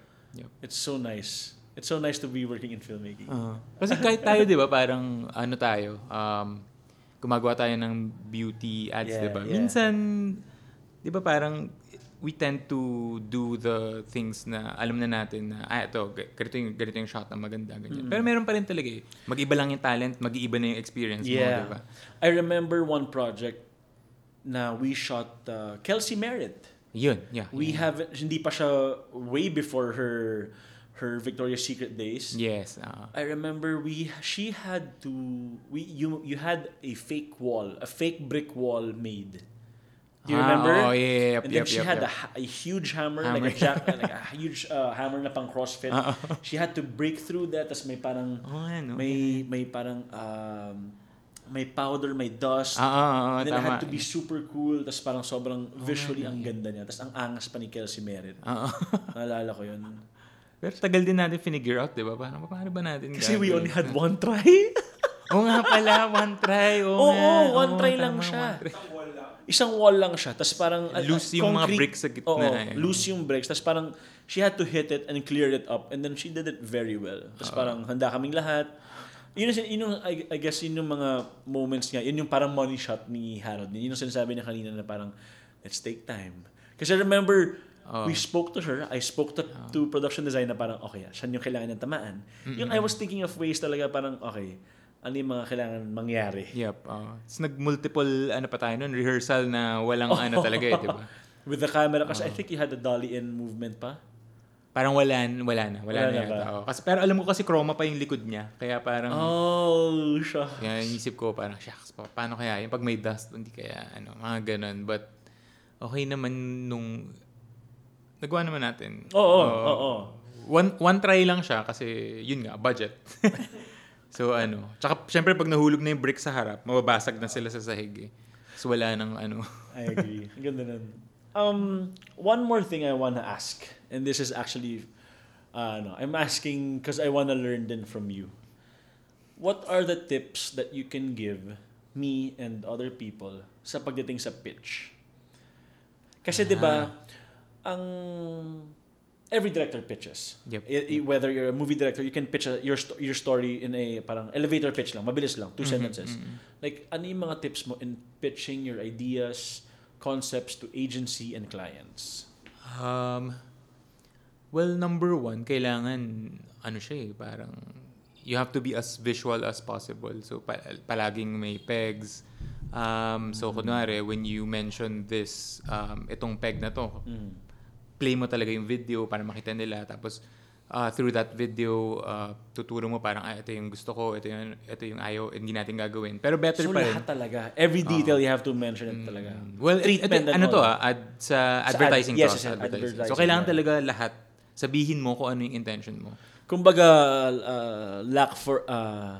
It's so nice. It's so nice to be working in filmmaking.
Ah. Kasi kahit tayo, di ba, parang ano tayo, um, gumagawa tayo ng beauty ads,
Yeah,
di ba?
yeah.
Minsan, di ba parang we tend to do the things na alam na natin na, ah, ito, g- ganito yung, ganito yung shot na maganda, ganyan.
Mm.
Pero meron pa rin talaga eh. Mag-iba lang yung talent, mag-iiba na yung experience mo, di ba?
I remember one project na we shot uh, Kelsey Merritt.
Yun, yeah.
We
yeah.
haven't, hindi pa siya way before her her Victoria's Secret days.
Yes. ah.
I remember we she had to we you you had a fake wall, a fake brick wall made. Do you
Ah,
remember?
oo, yeah, yeah, yeah,
And then
yep,
she
yep,
had
yep.
a, ha- a huge hammer,
Hammer.
like a jack, like a huge uh, hammer na pang crossfit.
Ah, Oh.
She had to break through that as may parang
Oo nga, no?
may may parang um, may powder, may dust.
Ah, ah, ah, ah,
And then it
tama. Oh,
had to be super cool. Tapos parang sobrang visually
yeah,
ang
yeah.
ganda niya. Tapos ang angas pa ni Kelsey Merritt.
Ah, ah.
Naalala ko yun.
Pero tagal din natin finigure out, di ba? Parang, paano ba natin
Kasi we
gagawin?
only had one try.
Oo nga pala, one try. Oo,
Oo,
nga.
one
Oo,
try lang
tama,
siya.
one try.
Isang wall lang.
isang wall lang siya. Tapos parang... ah,
Loose yung mga bricks sa gitna,
Oo,
eh.
loose yung bricks. Tapos parang she had to hit it and clear it up. And then she did it very well.
Ah.
Tapos parang handa kaming lahat. Yun, yung, yun yung, I, I guess yun yung mga moments niya. Yun yung parang money shot ni Harold. Yun yung sinasabi niya kanina na parang, let's take time. Kasi I remember,
Oo.
we spoke to her. I spoke to,
Ah.
to production design na parang, okay, saan yung kailangan ng tamaan? Yung I was thinking of ways talaga parang, okay, ano yung mga kailangan mangyari?
Yep. Uh, nag-multiple, ano pa tayo nun, rehearsal na walang ano talaga eh, di ba?
With the camera, kasi I think you had the dolly-in movement pa.
Parang wala, n- wala na.
Wala
Wala, na,
na
yata.
ba?
Oo. Kasi, pero alam ko kasi chroma pa yung likod niya. Kaya parang,
Oh, siya.
kaya inisip ko parang, shucks, pa, paano kaya? Yung pag may dust, hindi kaya, ano, mga ganun. But, okay naman nung, nagawa naman natin.
Oo, oo,
Oo.
oo.
One, one try lang siya kasi yun nga, budget. so ano, tsaka syempre pag nahulog na yung brick sa harap, mababasag na sila sa sahig eh. So wala nang ano.
I agree. Ang Ganda nun. Um, one more thing I wanna ask, and this is actually, uh, no, I'm asking because I wanna learn din from you. What are the tips that you can give me and other people sa pagdating sa pitch? Kasi 'di ba, ang every director pitches.
Yep.
I- i- whether you're a movie director, you can pitch a, your sto- your story in a parang elevator pitch lang, mabilis lang, two
Mm-hmm,
sentences. Like ano yung mga tips mo in pitching your ideas, concepts to agency and clients?
Um, well, number one, kailangan, ano siya eh, parang, you have to be as visual as possible. So, pa- palaging may pegs. Um, so,
Mm-hmm.
kunwari, when you mention this, um, itong peg na to,
Mm-hmm.
play mo talaga yung video para makita nila. Tapos, uh, through that video, uh, tuturo mo parang, ah, ito yung gusto ko, ito yung, ito yung ayaw, hindi natin gagawin. Pero better
So
pa rin. Ah. Mm.
lahat talaga, every detail you have to mention it talaga.
Well, it-
Treatment
ito,
and
ano to
all.
ah, ad, sa
ad-
advertising
yes,
to.
yes,
sa
yes, advertising,
So, kailangan
yeah.
talaga lahat. Sabihin mo kung ano yung intention mo.
Kumbaga uh, lack for uh,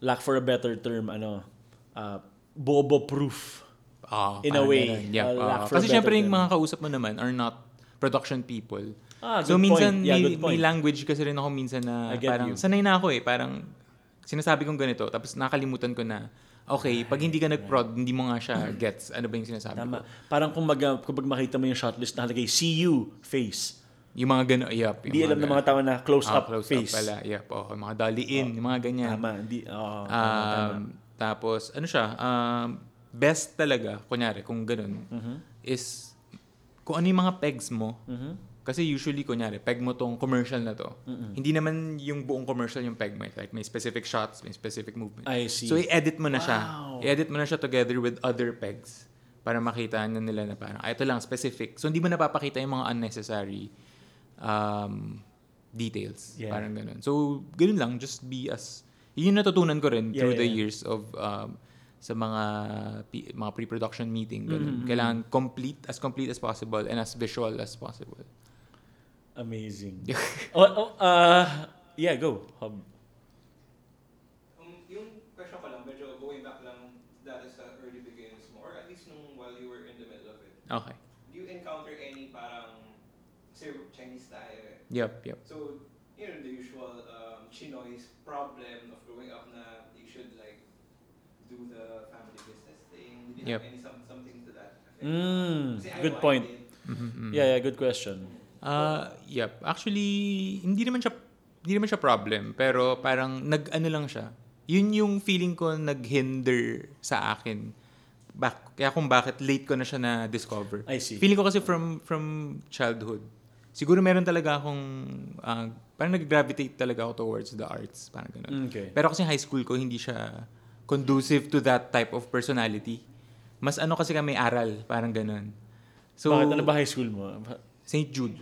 lack for a better term ano uh, bobo proof.
Ah,
In a
parang
way,
ganun. Yeah,
uh,
ah.
lack for
kasi
better
syempre yung
term.
mga kausap mo naman are not production people.
Ah,
so
good
minsan
point. Yeah,
may,
good
may
point.
language kasi rin ako minsan
I
na
get
parang
you.
sanay na ako eh. Parang sinasabi kong ganito tapos nakalimutan ko na okay, pag hindi ka nag-prod, hindi mo nga siya gets ano ba yung sinasabi
Mm-hmm. Tama.
ko.
Parang kung, mag, kung pag makita mo yung shotlist na halagay, see you, face.
Yung mga gano'n, yep. yung
Hindi alam ng
ganun.
mga tao na close
Ah,
up
close
face.
up pala, yep. Oh, mga dali-in, yung mga ganyan.
Tama. Hindi, oo, tama, tama.
Um, tapos, ano siya, um, best talaga, kunyari, kung ganun,
Mm-hmm,
is kung ano yung mga pegs mo. Kasi usually, kunyari, peg mo tong commercial na to. Hindi naman yung buong commercial yung peg mo. eh. Like, may specific shots, may specific movement.
I see.
So, i-edit mo na siya.
Wow.
I-edit mo na siya together with other pegs para makita na nila na parang, ah, ito lang, specific. So, hindi mo napapakita yung mga unnecessary um, details.
Yeah.
Parang ganun. So, ganun lang. Just be as... Yun yung natutunan ko rin
Yeah,
through the
yeah.
years of um, sa mga P- mga pre-production meeting. Ganun. Kailangan complete, as complete as possible and as visual as possible.
Amazing. oh, oh, uh, yeah, go. Hub.
Um, yung question ko lang, medyo going back lang dati sa early beginnings mo, or at least nung while you were in the middle of it,
Okay.
do you encounter any parang, kasi Chinese tayo eh.
Yep, yep.
So, you know, the usual um, Chinois problem of growing up na you should like do the family business thing. Did you
Yep.
have any some, something to that?
Mm,
Kasi I
good
wanted
point.
it.
Mm-hmm,
Mhm, mhm.
Yeah, yeah, good question.
Ah, yep. Actually, hindi naman siya hindi naman siya problem, pero parang nag-ano lang siya. Yun yung feeling ko nag-hinder sa akin. Bak kaya kung bakit late ko na siya na discover.
I see.
Feeling ko kasi from from childhood. Siguro meron talaga akong ah, parang nag-gravitate talaga ako towards the arts, parang ganun.
Okay.
Pero kasi high school ko, hindi siya conducive to that type of personality. Mas ano kasi kami aral, parang ganun. So,
Bakit ano ba high school mo? Ba-
St. Jude.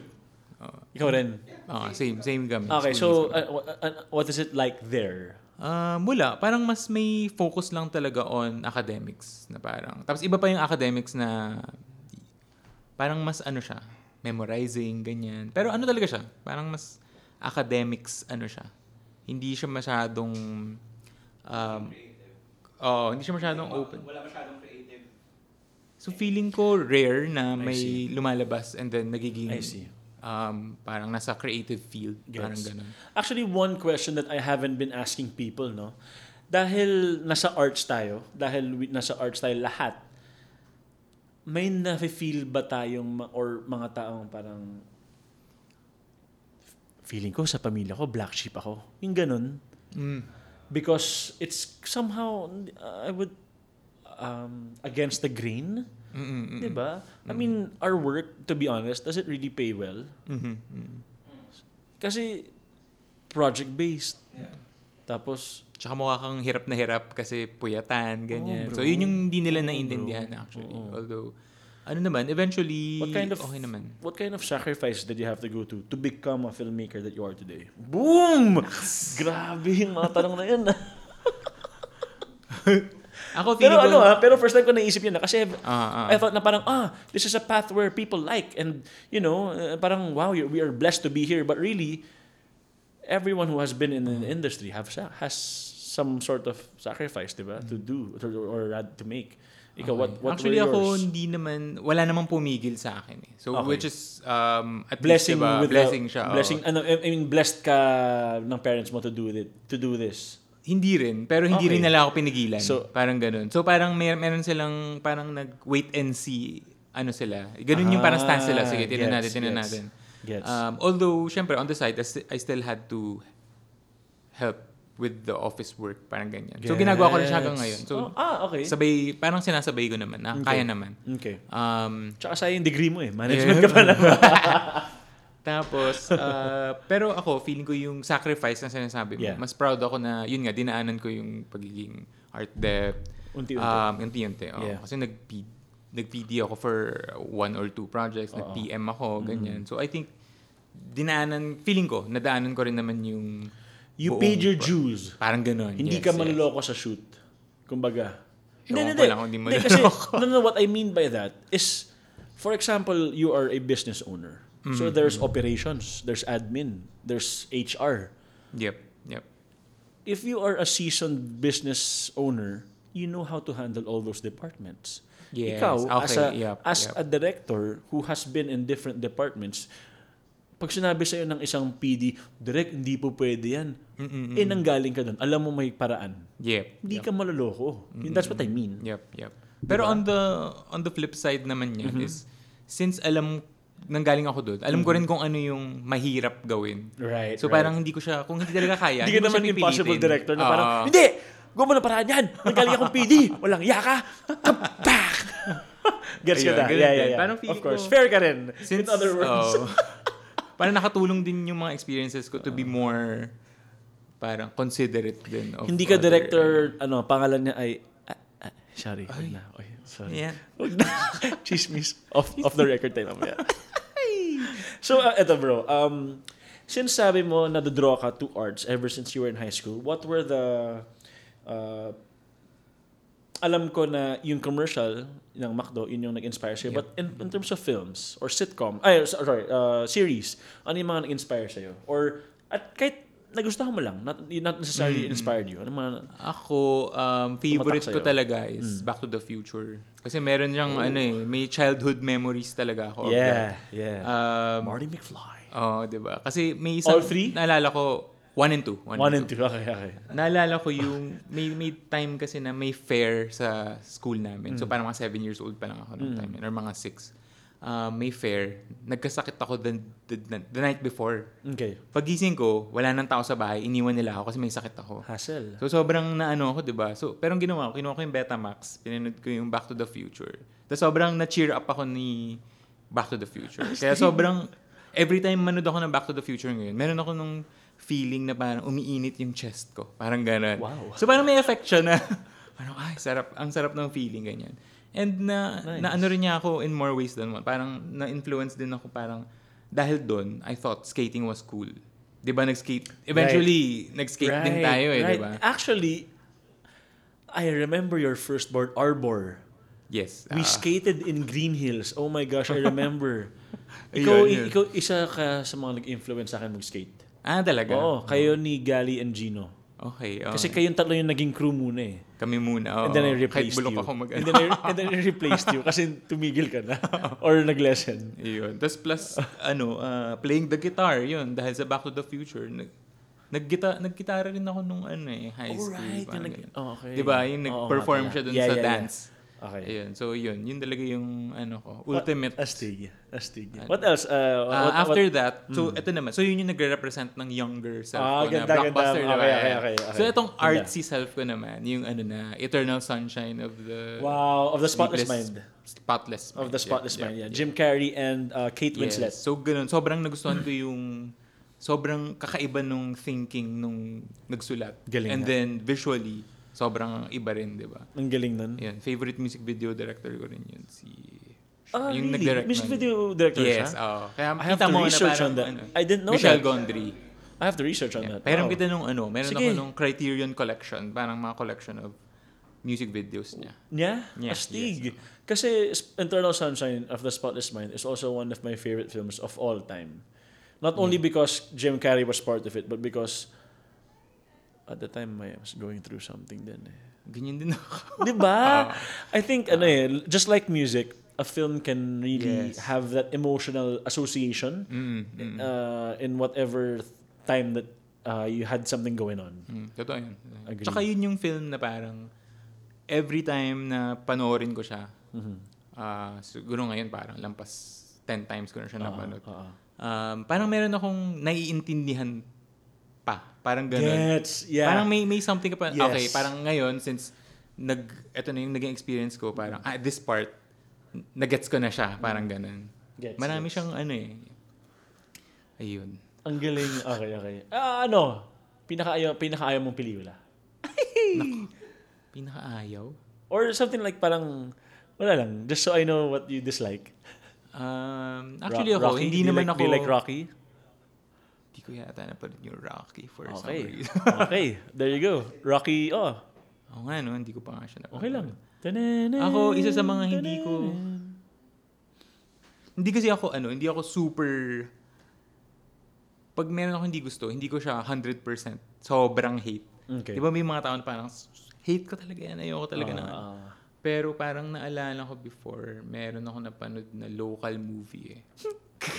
Oo,
Ikaw rin.
oo, same, same kami.
Okay, so
School days kami.
uh, wha- uh, what is it like there?
Ah, mula, parang mas may focus lang talaga on academics. Na parang, tapos iba pa yung academics na parang mas ano siya, memorizing, ganyan. Pero ano talaga siya? Parang mas academics ano siya. Hindi siya masyadong um,
Creative.
oh, hindi siya masyadong
Wala-
open.
Wala masyadong creative.
So feeling ko rare na
I
may
see.
lumalabas and then nagiging
I see.
um parang nasa creative field, parang
Gets.
ganun.
Actually, one question that I haven't been asking people, no? Dahil nasa arts tayo, dahil we- nasa arts tayo lahat, may nafe-feel ba tayong, ma- or mga taong parang, feeling ko sa pamilya ko, black sheep ako. Yung ganun.
Mm.
Because it's somehow, uh, I would, um, against the grain,
Mm-mm-mm.
di ba? I mean, our work, to be honest, does it really pay well?
Mhm, mm.
Kasi, project-based.
Yeah.
Tapos,
Tsaka mukha kang hirap na hirap kasi puyatan,
Oh,
ganyan.
bro.
so, yun yung hindi nila
Oo,
naiintindihan
bro.
actually.
Oo.
Although, ano naman, eventually,
What kind of-
okay naman.
what kind of sacrifice did you have to go to to become a filmmaker that you are today? Boom! Grabe yung mga tanong na yun.
Ako,
pero
feeling ko,
ano ah, pero first time ko naisip yun ah, kasi I've-
Ah, ah.
I thought na parang, ah, this is a path where people like and, you know, eh, parang, wow, you- we are blessed to be here. But really, everyone who has been in an industry have sa- has some sort of sacrifice, di ba, to do or, or, rather to make. Ikaw,
Okay.
what, what
Actually,
were
ako,
yours?
hindi naman, wala namang pumigil sa akin. Eh. So,
Okay.
which is, um, at
blessing
least, diba,
with
blessing
the,
siya. oo.
blessing ano I mean blessed ka ng parents mo to do it to do this
Hindi rin, pero hindi
Okay.
rin nila ako pinigilan.
So-
parang ganun. So, parang mer meron silang, parang nag-wait and see, ano sila. Ganun yung parang stance sila. Sige, tinan
Ah,
natin, tinan
gets,
natin.
gets
Um, although, syempre, on the side, I, sti- I still had to help with the office work, parang ganyan. So, ginagawa ko rin siya hanggang ngayon.
Gets. Oh,
So,
ah okay
sabay, parang sinasabay ko naman, na
Okay.
kaya naman.
okay
Um,
tsaka sa yung degree mo eh management ka pala
tapos, uh, pero ako, feeling ko yung sacrifice na sinasabi mo,
Yeah.
mas proud ako na, yun nga, dinaanan ko yung pagiging art dev.
Unti-unti.
Um, unti-unti, oo.
Yeah.
Kasi nag nag-PD ako for one or two projects,
Oo. Mm-hmm.
nag-PM ako, ganyan. So, I think, dinaanan, feeling ko, nadaanan ko rin naman yung
you
buong
paid your
pro-
dues
Parang ganun.
hindi
yes,
ka
yes.
manloko sa shoot kumbaga
Ewan ko lang kung hindi
Hindi, kasi
manloko.
no, no, what I mean by that is for example you are a business owner
Mm,
so there's operations there's admin there's HR
Yep, yep.
if you are a seasoned business owner, you know how to handle all those departments.
Yes,
Ikaw, as, a,
okay, yep,
as
yep.
a director who has been in different departments, pag sinabi sa'yo ng isang PD, direct, hindi po pwede yan. Eh, nanggaling ka doon. Alam mo may paraan.
Yep.
Hindi ka maloloko. Yun, That's what I mean.
Yep, yep. Pero
Diba?
on the on the flip side naman niya
Mm-hmm.
is since alam nanggaling ako doon, alam ko rin kung ano yung mahirap gawin.
Right,
So
right.
parang hindi ko siya kung hindi talaga kaya.
Hindi ka
ko siya
naman
pipilitin. Ah.
impossible director na parang,
Oo.
hindi! Gawa mo na paraan yan! Nanggaling akong PD! Walang iya ka! Kapak! Gets
Ayun,
ka na? Yeah,
ganun
yeah,
din.
yeah.
Parang feeling
of course.
ko-
Fair ka rin. in
since oh.
other words.
oo. parang nakatulong din yung mga experiences ko to
Ah.
be more parang considerate din of
Hindi ka
other-
director, ano, pangalan niya ay... ah, ah, sorry, wag na. Oy, sorry.
Yeah.
Wag na. Chismis. Off, off the record tayo mamaya. so, uh, eto bro. Um, since sabi mo na draw ka to arts ever since you were in high school, what were the... Uh, alam ko na yung commercial ng McDo, yun yung nag-inspire sa'yo.
Yeah.
But in, in terms of films or sitcom, ay, sorry, uh, series, ano yung mga nag-inspire sa'yo? Or at kahit nagustuhan mo lang, not, not necessarily inspired you. Ano mga...
Ako, um, favorite ko
sa'yo. Mm.
talaga is Back to the Future. Kasi meron siyang ano eh, may childhood memories talaga ako. of that.
Oh, yeah, yeah.
Um,
Marty McFly.
Oo, oh, di ba? Kasi may isang...
All three?
Naalala ko, One and two.
One and two. Okay, okay.
Naalala ko yung, may, may time kasi na may fair sa school namin. So parang mga seven years old pa lang ako noong
Mm.
time, yun, or mga six. Ah, may fair. Nagkasakit ako the, the, the night before.
Okay.
Pagising ko, wala nang tao sa bahay. Iniwan nila ako kasi may sakit ako.
Hassle.
So sobrang naano ako, 'di ba? So pero ang ginawa ko, kinuha ko yung Betamax, pinanood ko yung Back to the Future. Tapos sobrang na-cheer up ako ni Back to the Future. Kaya sobrang every time manood ako ng Back to the Future ngayon, meron ako nung feeling na parang umiinit yung chest ko. Parang ganun.
Wow.
So parang may effect siya na parang ay sarap, ang sarap ng feeling ganyan. And na
Nice.
na ano rin niya ako in more ways than one. Parang na-influence din ako parang dahil doon, I thought skating was cool. 'Di ba nag-skate? Eventually, nag-skate din tayo eh, 'di ba?
Actually, I remember your first board, Arbor.
Yes.
We
ah.
skated in Green Hills. Oh my gosh, I remember.
Ayun,
ikaw,
yun.
ikaw isa ka sa mga nag-influence sa akin mag-skate.
Ah, talaga?
Oo, kayo ni Gali and Gino.
Okay. oo.
Kasi kayong tatlo yung naging crew muna eh.
kami muna. oo.
And then I
Kahit
replaced
bulok
you.
ako mag
and, then I, and then I replaced you kasi tumigil ka na. Or nag-lesson.
Yun. Tapos plus, ano, ah, playing the guitar, yun. Dahil sa Back to the Future, nag, naggita, naggitara rin ako nung ano eh, high school.
Alright.
parang
yung nag-
ganun.
oh, okay.
Diba? Yung
Oo,
nag-perform
nga pala.
siya dun
Yeah,
sa
yeah, yeah.
dance.
Okay.
Ayun. So, yun. Yun talaga yung, ano ko, ultimate.
Astig. Astig.
Ano?
What else? Uh,
Ah,
what,
after
what, Hmm.
that, so ito naman. So yun yung nagre-represent ng younger self
Ah,
ko
ganda,
na blockbuster.
ganda.
diba?
Okay, okay, okay, okay.
So itong
Ganda.
artsy self ko naman, yung ano na, Eternal Sunshine of the
wow, of the spotless
Sleepless
mind.
Spotless
Of the spotless mind, yeah.
yeah.
Jim Carrey and uh, Kate
Yes.
Winslet.
So ganun, sobrang nagustuhan ko yung sobrang kakaiba nung thinking nung nagsulat.
Galing
And
nga.
then visually, sobrang iba rin, 'di ba?
Ang galing nun.
Yun, favorite music video director ko rin yun si
Ah,
yung
really?
nag-direct
Music
nun.
video director
Yes, ah.
siya?
oo. Kaya
I have
kita
to
mo na
research
parang
on that.
ano,
I didn't know
Michelle
that.
Gondry.
I have to research on
Yeah.
that. Oh.
Pero
Wow.
kita nung ano, meron
Sige.
ako nung Criterion collection, parang mga collection of music videos niya.
Yeah?
Yeah,
Astig. Kasi S- Internal Sunshine of the Spotless Mind is also one of my favorite films of all time. Not only
Mm.
because Jim Carrey was part of it, but because at the time I was going through something then. Eh.
Ganyan din ako.
Di ba?
Ah.
I think, ano eh, just like music, a film can really
Yes.
have that emotional association
Mm, mm,
uh, in whatever th- time that uh, you had something going on.
mm. Totoo yun.
Agree.
Tsaka yun yung film na parang every time na panoorin ko siya,
Mhm.
ah, siguro ngayon parang lampas 10 times ko na siya
Oo,
napanood.
oo.
Um, parang meron akong naiintindihan pa. Parang ganun.
Gets, yeah.
Parang may may something ka pa.
Yes.
Okay, parang ngayon since nag eto na yung naging experience ko, parang ah, this part nagets ko na siya, parang ganun.
Mm. Gets,
Marami
gets.
siyang ano eh. Ayun.
Ang galing. Okay, okay. Ah, ano? Pinakaayaw, pinakaayaw mong pelikula?
Pinakaayaw.
Or something like parang, wala lang, just so I know what you dislike.
Um, actually
Ro-
ako,
Rocky?
hindi
Do you
naman
like,
ako
Do you like Rocky?
Hindi ko yata napanood yung Rocky for some
Okay.
reason.
okay, there you go. Rocky, oh,
Oo nga no, hindi ko pa nga siya napanood.
okay lang.
Ako, isa sa mga hindi ko- Hindi kasi ako ano, hindi ako super pag meron ako hindi gusto, hindi ko siya 100% sobrang hate.
Okay.
Di ba may mga tao na parang, hate ko talaga yan, ayoko talaga na.
Ah, ah.
Pero parang naalala ko before, meron ako napanood na local movie eh.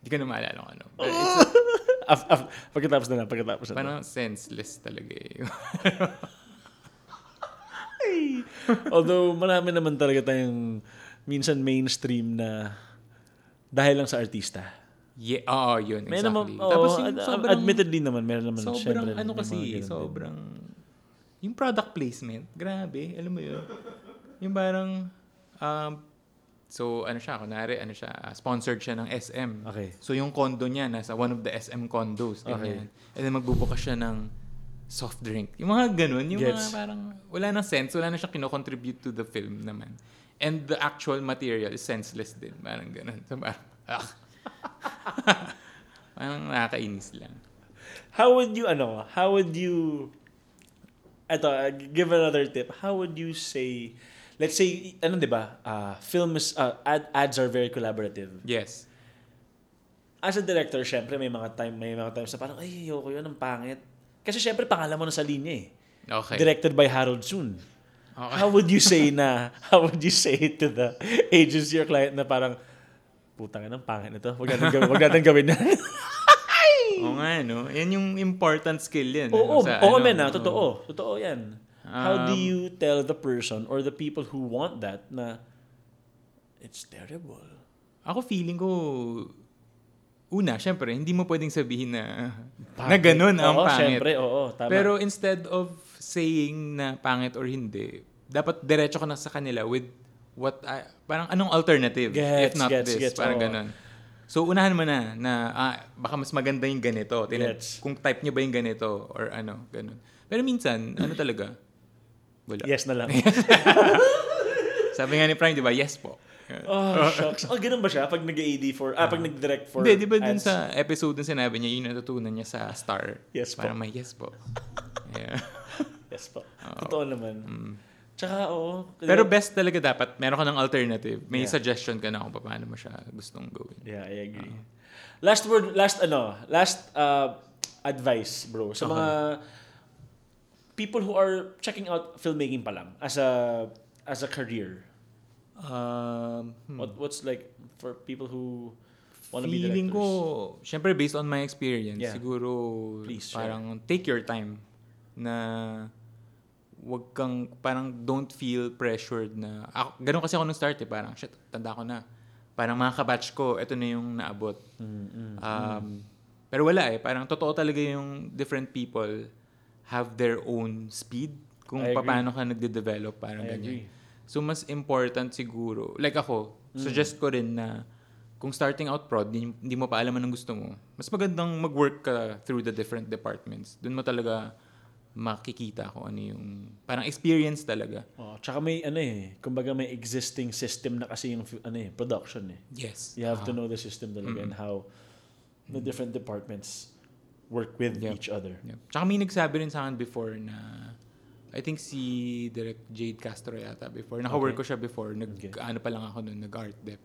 Hindi ko na maalala kung ano. Pero it's
Af- af- pagkatapos na lang, pagkatapos na lang.
parang senseless talaga eh.
Although, marami naman talaga tayong minsan mainstream na dahil lang sa artista.
yeah, oo, yun,
May
exactly.
naman, oo,
Tapos yung
oh, ad-
sobrang,
admittedly naman, meron naman.
sobrang
syempre,
ano
may mga
kasi,
ganun din.
sobrang, yung product placement, grabe, alam mo yun. Yung parang, um, so ano siya, kunwari, ano siya, ah, sponsored siya ng SM.
Okay.
So yung condo niya nasa one of the SM condos ganyan. And then magbubukas siya ng soft drink. Yung mga ganun, yung
Gets.
mga parang wala nang sense, wala na siyang kinocontribute to the film naman. And the actual material is senseless din. Parang ganun. So parang, ah. parang nakakainis lang.
How would you ano? How would you Ito, uh, give another tip. How would you say let's say ano 'di ba? Uh, film is uh, ad, ads are very collaborative.
Yes.
As a director, syempre may mga time may mga times na parang ay ayoko 'yun ang pangit. Kasi syempre pangalan mo na sa linya eh.
Okay.
Directed by Harold Soon.
okay.
How would you say na how would you say it to the agency or client na parang putang ina, ang pangit nito. Wag natin gawin, wag natin gawin na.
Oo Oo nga, no? Yan yung important skill yan.
Oo,
ano, sa
oo,
ano,
men, ah.
oo.
Totoo. Totoo yan. How do
Um,
you tell the person or the people who want that na it's terrible?
Ako feeling ko, una, syempre, hindi mo pwedeng sabihin na, na
Pangit.
ganun ang
oo,
pangit.
Syempre, oo, tama.
Pero instead of saying na pangit or hindi, dapat diretso ka na sa kanila with what, I- parang anong alternative
Gets,
if not
gets,
this.
gets,
parang
oo.
ganun. So, unahan mo na na ah, baka mas maganda yung ganito. Tinan,
Gets.
kung type nyo ba yung ganito or ano, ganun. Pero minsan, ano talaga? Wala.
yes na lang.
Sabi nga ni Prime, di ba? Yes po.
oh, shucks. Oh, ganun ba siya? Pag nag-AD for, ah, pag nag-direct for
Hindi, di ba dun
ads?
sa episode na sinabi niya, yung natutunan niya sa star.
Yes po.
Parang may yes po. yeah.
Yes po. Totoo naman. Tsaka, oh, oo.
Ah. Mm. Pero best talaga dapat, meron ka ng alternative. May
Yeah.
suggestion ka na kung paano mo siya gustong gawin.
Yeah, I agree.
Ah.
Last word, last ano, last uh, advice, bro.
Uh-huh.
Sa mga people who are checking out filmmaking pa lang as a as a career.
Um, hmm.
What what's like for people who want to be
feeling
directors?
ko, syempre based on my experience,
Yeah.
siguro
Please share.
parang take your time na wag kang, parang don't feel pressured na, ako, ganun kasi ako nung start eh, parang, shit, tanda ko na. Parang mga kabatch ko, ito na yung naabot. Um, Pero wala eh, parang totoo talaga yung different people have their own speed kung
I agree.
paano ka nagde-develop, parang
I
ganyan.
agree.
So, mas important siguro, like ako,
Mm.
suggest ko rin na kung starting out prod, di- hindi mo pa alam anong gusto mo, mas magandang mag-work ka through the different departments. Doon mo talaga makikita kung ano yung, parang experience talaga.
Oh, tsaka may ano eh, kumbaga may existing system na kasi yung fi- ano eh, production eh.
Yes.
You have to know the system talaga and how the different departments work with
Yep.
each other.
Yep. Tsaka may nagsabi rin sa akin before na I think si Direct Jade Castro yata before. Naka-work
Okay.
ko siya before. Nag,
Okay.
Ano pa lang ako noon, nag-art dep.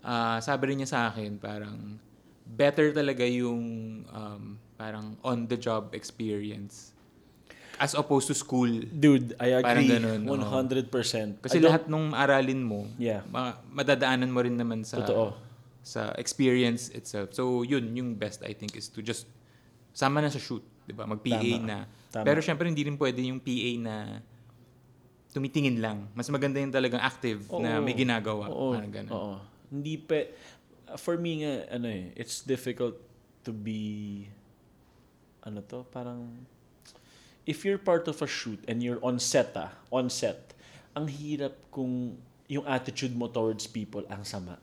Ah, sabi rin niya sa akin, parang better talaga yung um, parang on-the-job experience as opposed to school.
Dude, I
Parang
agree.
ganun, oo.
100%. I
Kasi
don't-
lahat nung aralin mo,
Yeah.
ma- madadaanan mo rin naman sa
Totoo.
sa experience itself. So, yun, yung best I think is to just sama na sa shoot, 'di ba? Mag-PA
Tama.
na.
Tama.
Pero syempre hindi rin pwede yung PA na tumitingin lang. Mas maganda yung talagang active na
Oo.
may ginagawa.
Oo.
Parang ganun.
Oo. Hindi pe for me nga ano eh, it's difficult to be ano to, parang if you're part of a shoot and you're on set ah, on set, ang hirap kung yung attitude mo towards people ang sama.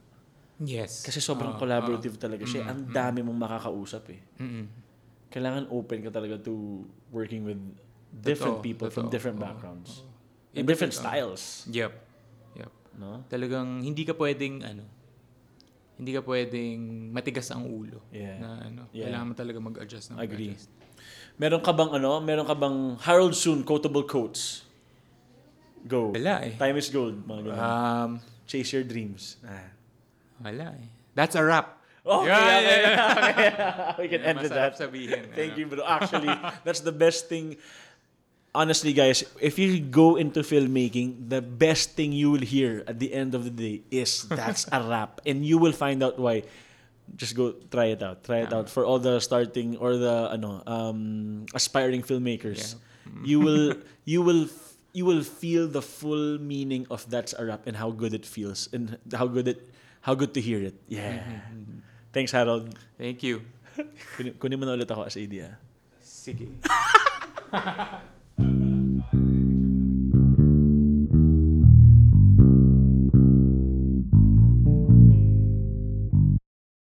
Yes.
Kasi sobrang
Oo,
collaborative talaga siya.
Mm,
Ang dami mong makakausap eh.
oo. Mm-mm.
Kailangan open ka talaga to working with different
Totoo,
people from
totoo.
different
Oo,
backgrounds.
oo. ah.
And
Iba
different
talaga.
styles,
Yep. Yep.
no?
Talagang hindi ka pwedeng ano hindi ka pwedeng matigas ang ulo.
Yeah.
Na ano,
Yeah.
kailangan mo talaga mag-adjust ng
Agree.
mag-adjust.
Meron ka bang ano? Meron ka bang Harold Soon quotable quotes? Go.
Wala eh.
Time is gold, mga ganun.
Um,
Chase your dreams. Ah.
wala eh. That's a wrap.
Okay,
Yeah,
okay.
yeah,
We can
Yeah,
end with that.
masarap sabihin.
Thank you,
Ano?
bro. Actually, that's the best thing. Honestly, guys, if you go into filmmaking, the best thing you will hear at the end of the day is that's a wrap. And you will find out why. Just go try it out. Try it
Yeah.
out for all the starting or the ano, um, aspiring filmmakers. You will you will f- you will feel the full meaning of that's a wrap and how good it feels and how good it how good to hear it. Yeah. Thanks, Harold.
Thank you.
ah. Kunin, kunin mo na ulit ako as idea.
Sige.